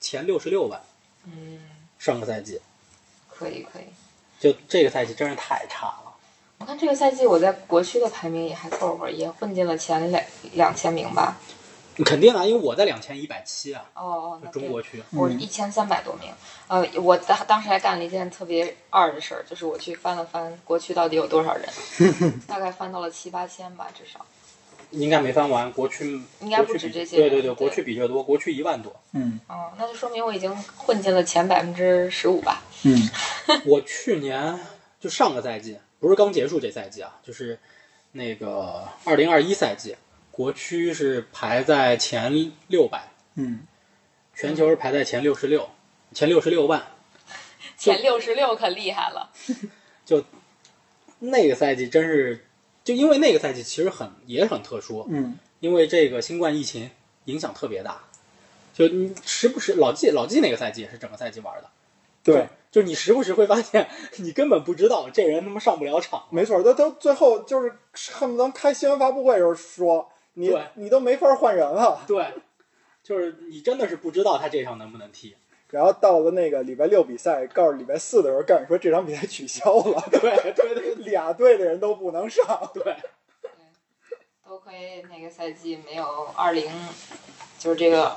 [SPEAKER 3] 前六十六万，
[SPEAKER 1] 嗯，
[SPEAKER 3] 上个赛季
[SPEAKER 1] 可以可以。
[SPEAKER 3] 就这个赛季真是太差了，
[SPEAKER 1] 我看这个赛季我在国区的排名也还凑合，也混进了前两两千名吧。
[SPEAKER 3] 肯定啊，因为我在两千一百七啊，
[SPEAKER 1] 哦哦，那
[SPEAKER 3] 中
[SPEAKER 1] 对
[SPEAKER 3] 国区，
[SPEAKER 1] 我
[SPEAKER 2] 嗯
[SPEAKER 1] 一千三百多名，呃，我当当时还干了一件特别二的事儿，就是我去翻了翻国区到底有多少人，大概翻到了七八千吧，至少
[SPEAKER 3] 应该没翻完，国区
[SPEAKER 1] 应该不
[SPEAKER 3] 国区
[SPEAKER 1] 止
[SPEAKER 3] 比
[SPEAKER 1] 这些
[SPEAKER 3] 对
[SPEAKER 1] 人。
[SPEAKER 3] 对对，国区比这多，国区一万多。
[SPEAKER 2] 嗯
[SPEAKER 1] 哦，那就说明我已经混进了前百分之十五吧。
[SPEAKER 2] 嗯
[SPEAKER 3] 我去年就上个赛季，不是刚结束这赛季啊，就是那个二零二一赛季，国区是排在前六百，
[SPEAKER 2] 嗯，
[SPEAKER 3] 全球是排在前六十六，前六十六万。
[SPEAKER 1] 前六十六可厉害了，
[SPEAKER 3] 那个赛季真是，就因为那个赛季其实很也很特殊，
[SPEAKER 2] 嗯
[SPEAKER 3] 因为这个新冠疫情影响特别大，就你时不时老季老季那个赛季也是整个赛季玩的，
[SPEAKER 2] 对，，
[SPEAKER 3] 就是你时不时会发现你根本不知道这人他妈上不了场，
[SPEAKER 2] 没错，他他最后就是恨不得开新闻发布会的时候说，你
[SPEAKER 3] 对
[SPEAKER 2] 你都没法换人了。
[SPEAKER 3] 对，就是你真的是不知道他这场能不能踢。
[SPEAKER 2] 然后到了那个礼拜六比赛，告诉礼拜四的时候，告诉你说这场比赛取消了，
[SPEAKER 3] 对对对
[SPEAKER 2] 俩队的人都不能上。
[SPEAKER 3] 对，
[SPEAKER 1] 多亏那个赛季没有二零，就是这个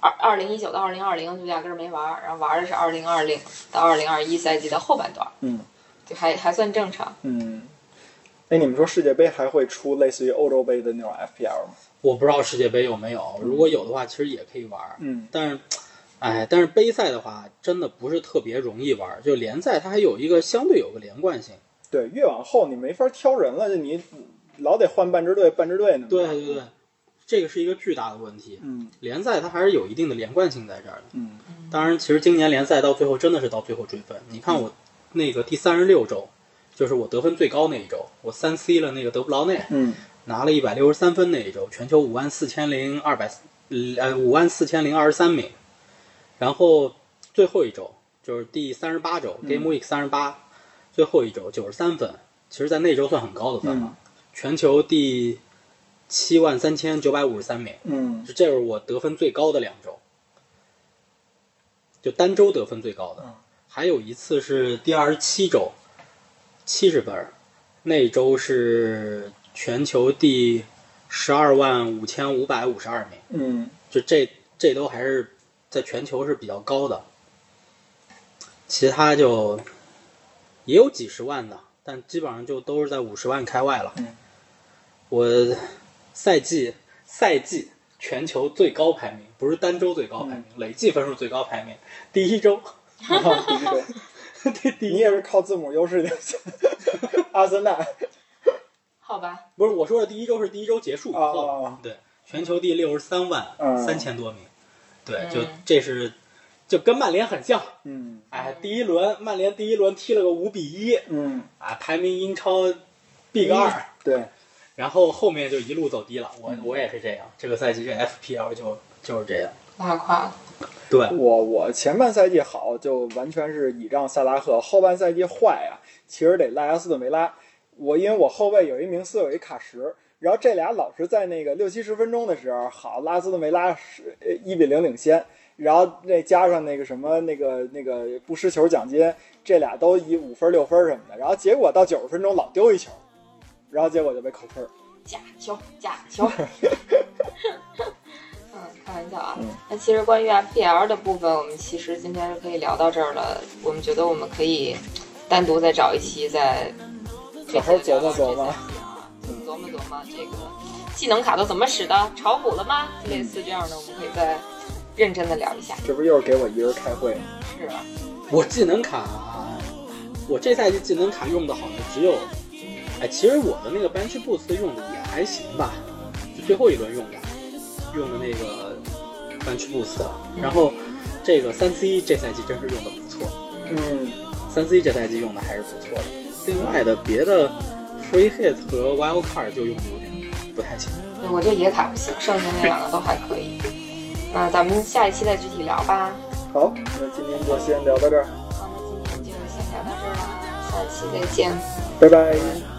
[SPEAKER 1] 二二零一九到二零二零就压根儿没玩儿，然后玩儿的是二零二零到二零二一赛季的后半段儿，
[SPEAKER 2] 嗯
[SPEAKER 1] 就还还算正常。
[SPEAKER 2] 嗯，哎，你们说世界杯还会出类似于欧洲杯的那种 FPL 吗？
[SPEAKER 3] 我不知道世界杯有没有，如果有的话，其实也可以玩儿。
[SPEAKER 2] 嗯
[SPEAKER 3] 但是，哎，但是杯赛的话，真的不是特别容易玩儿。就联赛，它还有一个相对有个连贯性。
[SPEAKER 2] 对，越往后你没法挑人了，就你老得换半支队，半支队呢。
[SPEAKER 3] 对对对，这个是一个巨大的问题。
[SPEAKER 2] 嗯
[SPEAKER 3] 联赛它还是有一定的连贯性在这儿的。
[SPEAKER 2] 嗯
[SPEAKER 3] 当然，其实今年联赛到最后真的是到最后追分。你看我那个第三十六周，就是我得分最高那一周，我三 C 了那个德布劳内，
[SPEAKER 2] 嗯
[SPEAKER 3] 拿了一百六十三分那一周，全球五万四千零二百呃五万四千零二十三名，然后最后一周就是第三十八周、
[SPEAKER 2] 嗯
[SPEAKER 3] Game Week 三十八，最后一周九十三分，其实在那周算很高的
[SPEAKER 2] 嗯
[SPEAKER 3] 分了，全球第七万三千九百五十三名。
[SPEAKER 2] 嗯
[SPEAKER 3] 这是我得分最高的两周，就单周得分最高的
[SPEAKER 2] 嗯。
[SPEAKER 3] 还有一次是第二十七周，七十分儿，那一周是全球第十二万五千五百五十二名，
[SPEAKER 2] 嗯
[SPEAKER 3] 就这这都还是在全球是比较高的。其他就也有几十万的，但基本上就都是在五十万开外了。
[SPEAKER 2] 嗯
[SPEAKER 3] 我赛季赛季全球最高排名，不是单周最高
[SPEAKER 2] 嗯
[SPEAKER 3] 排名，累计分数最高排名，第一周， *laughs*
[SPEAKER 2] 啊第一周，
[SPEAKER 3] 第第
[SPEAKER 2] 你
[SPEAKER 3] 一
[SPEAKER 2] 也是靠字母优势的阿森纳
[SPEAKER 1] 好吧，
[SPEAKER 3] 不是我说的第一周是第一周结束以后，
[SPEAKER 2] 啊
[SPEAKER 3] 对，全球第六十三万
[SPEAKER 2] 嗯
[SPEAKER 3] 三千多名，对，就
[SPEAKER 1] 嗯
[SPEAKER 3] 这是就跟曼联很像，
[SPEAKER 2] 嗯
[SPEAKER 3] 哎，第一轮曼联第一轮踢了个五比一，
[SPEAKER 2] 嗯，
[SPEAKER 3] 啊，排名英超 Big 二、
[SPEAKER 2] 对，
[SPEAKER 3] 然后后面就一路走低了。我
[SPEAKER 2] 嗯
[SPEAKER 3] 我也是这样，这个赛季这 FPL 就就是这样。
[SPEAKER 1] 拉胯了。
[SPEAKER 3] 对，
[SPEAKER 2] 我我前半赛季好，就完全是倚仗萨拉赫；后半赛季坏啊，其实得赖阿斯顿梅拉。我因为我后卫有一名斯，有一卡什，然后这俩老是在那个六七十分钟的时候，好，拉斯顿梅拉是一比零领先，然后那加上那个什么那个那个不失球奖金，这俩都以五分六分什么的，然后结果到九十分钟老丢一球，然后结果就被扣分儿。
[SPEAKER 1] 假球，假球。嗯，开玩笑啊
[SPEAKER 2] 嗯。
[SPEAKER 1] 那其实关于 FPL 的部分，我们其实今天是可以聊到这儿了。我们觉得我们可以单独再找一期，再
[SPEAKER 2] 好好琢磨
[SPEAKER 1] 这
[SPEAKER 2] 琢磨
[SPEAKER 1] 些啊，琢磨琢磨这个技能卡都怎么使的，炒股了吗？类似这样的，我们可以再认真的聊一下。
[SPEAKER 2] 这不又是给我一人开会吗？
[SPEAKER 1] 是啊，
[SPEAKER 3] 我技能卡，我这赛季技能卡用的好的只有，哎，其实我的那个 Bench Boost 用的也还行吧，就最后一轮用的，用的那个 Bench Boost，然后这个三 C 这赛季真是用的不错，
[SPEAKER 2] 嗯
[SPEAKER 3] 三 C 这赛季用的还是不错的。另外的别的 Free Hit 和 Wild Card 就用的有点不太行。
[SPEAKER 1] 对我这野卡不行，剩下那两个都还可以。那咱们下一期再具体聊吧。
[SPEAKER 2] 好，那今天就先聊到这儿，
[SPEAKER 1] 好，那今天就先聊到这儿了，下期再见。
[SPEAKER 2] 拜拜。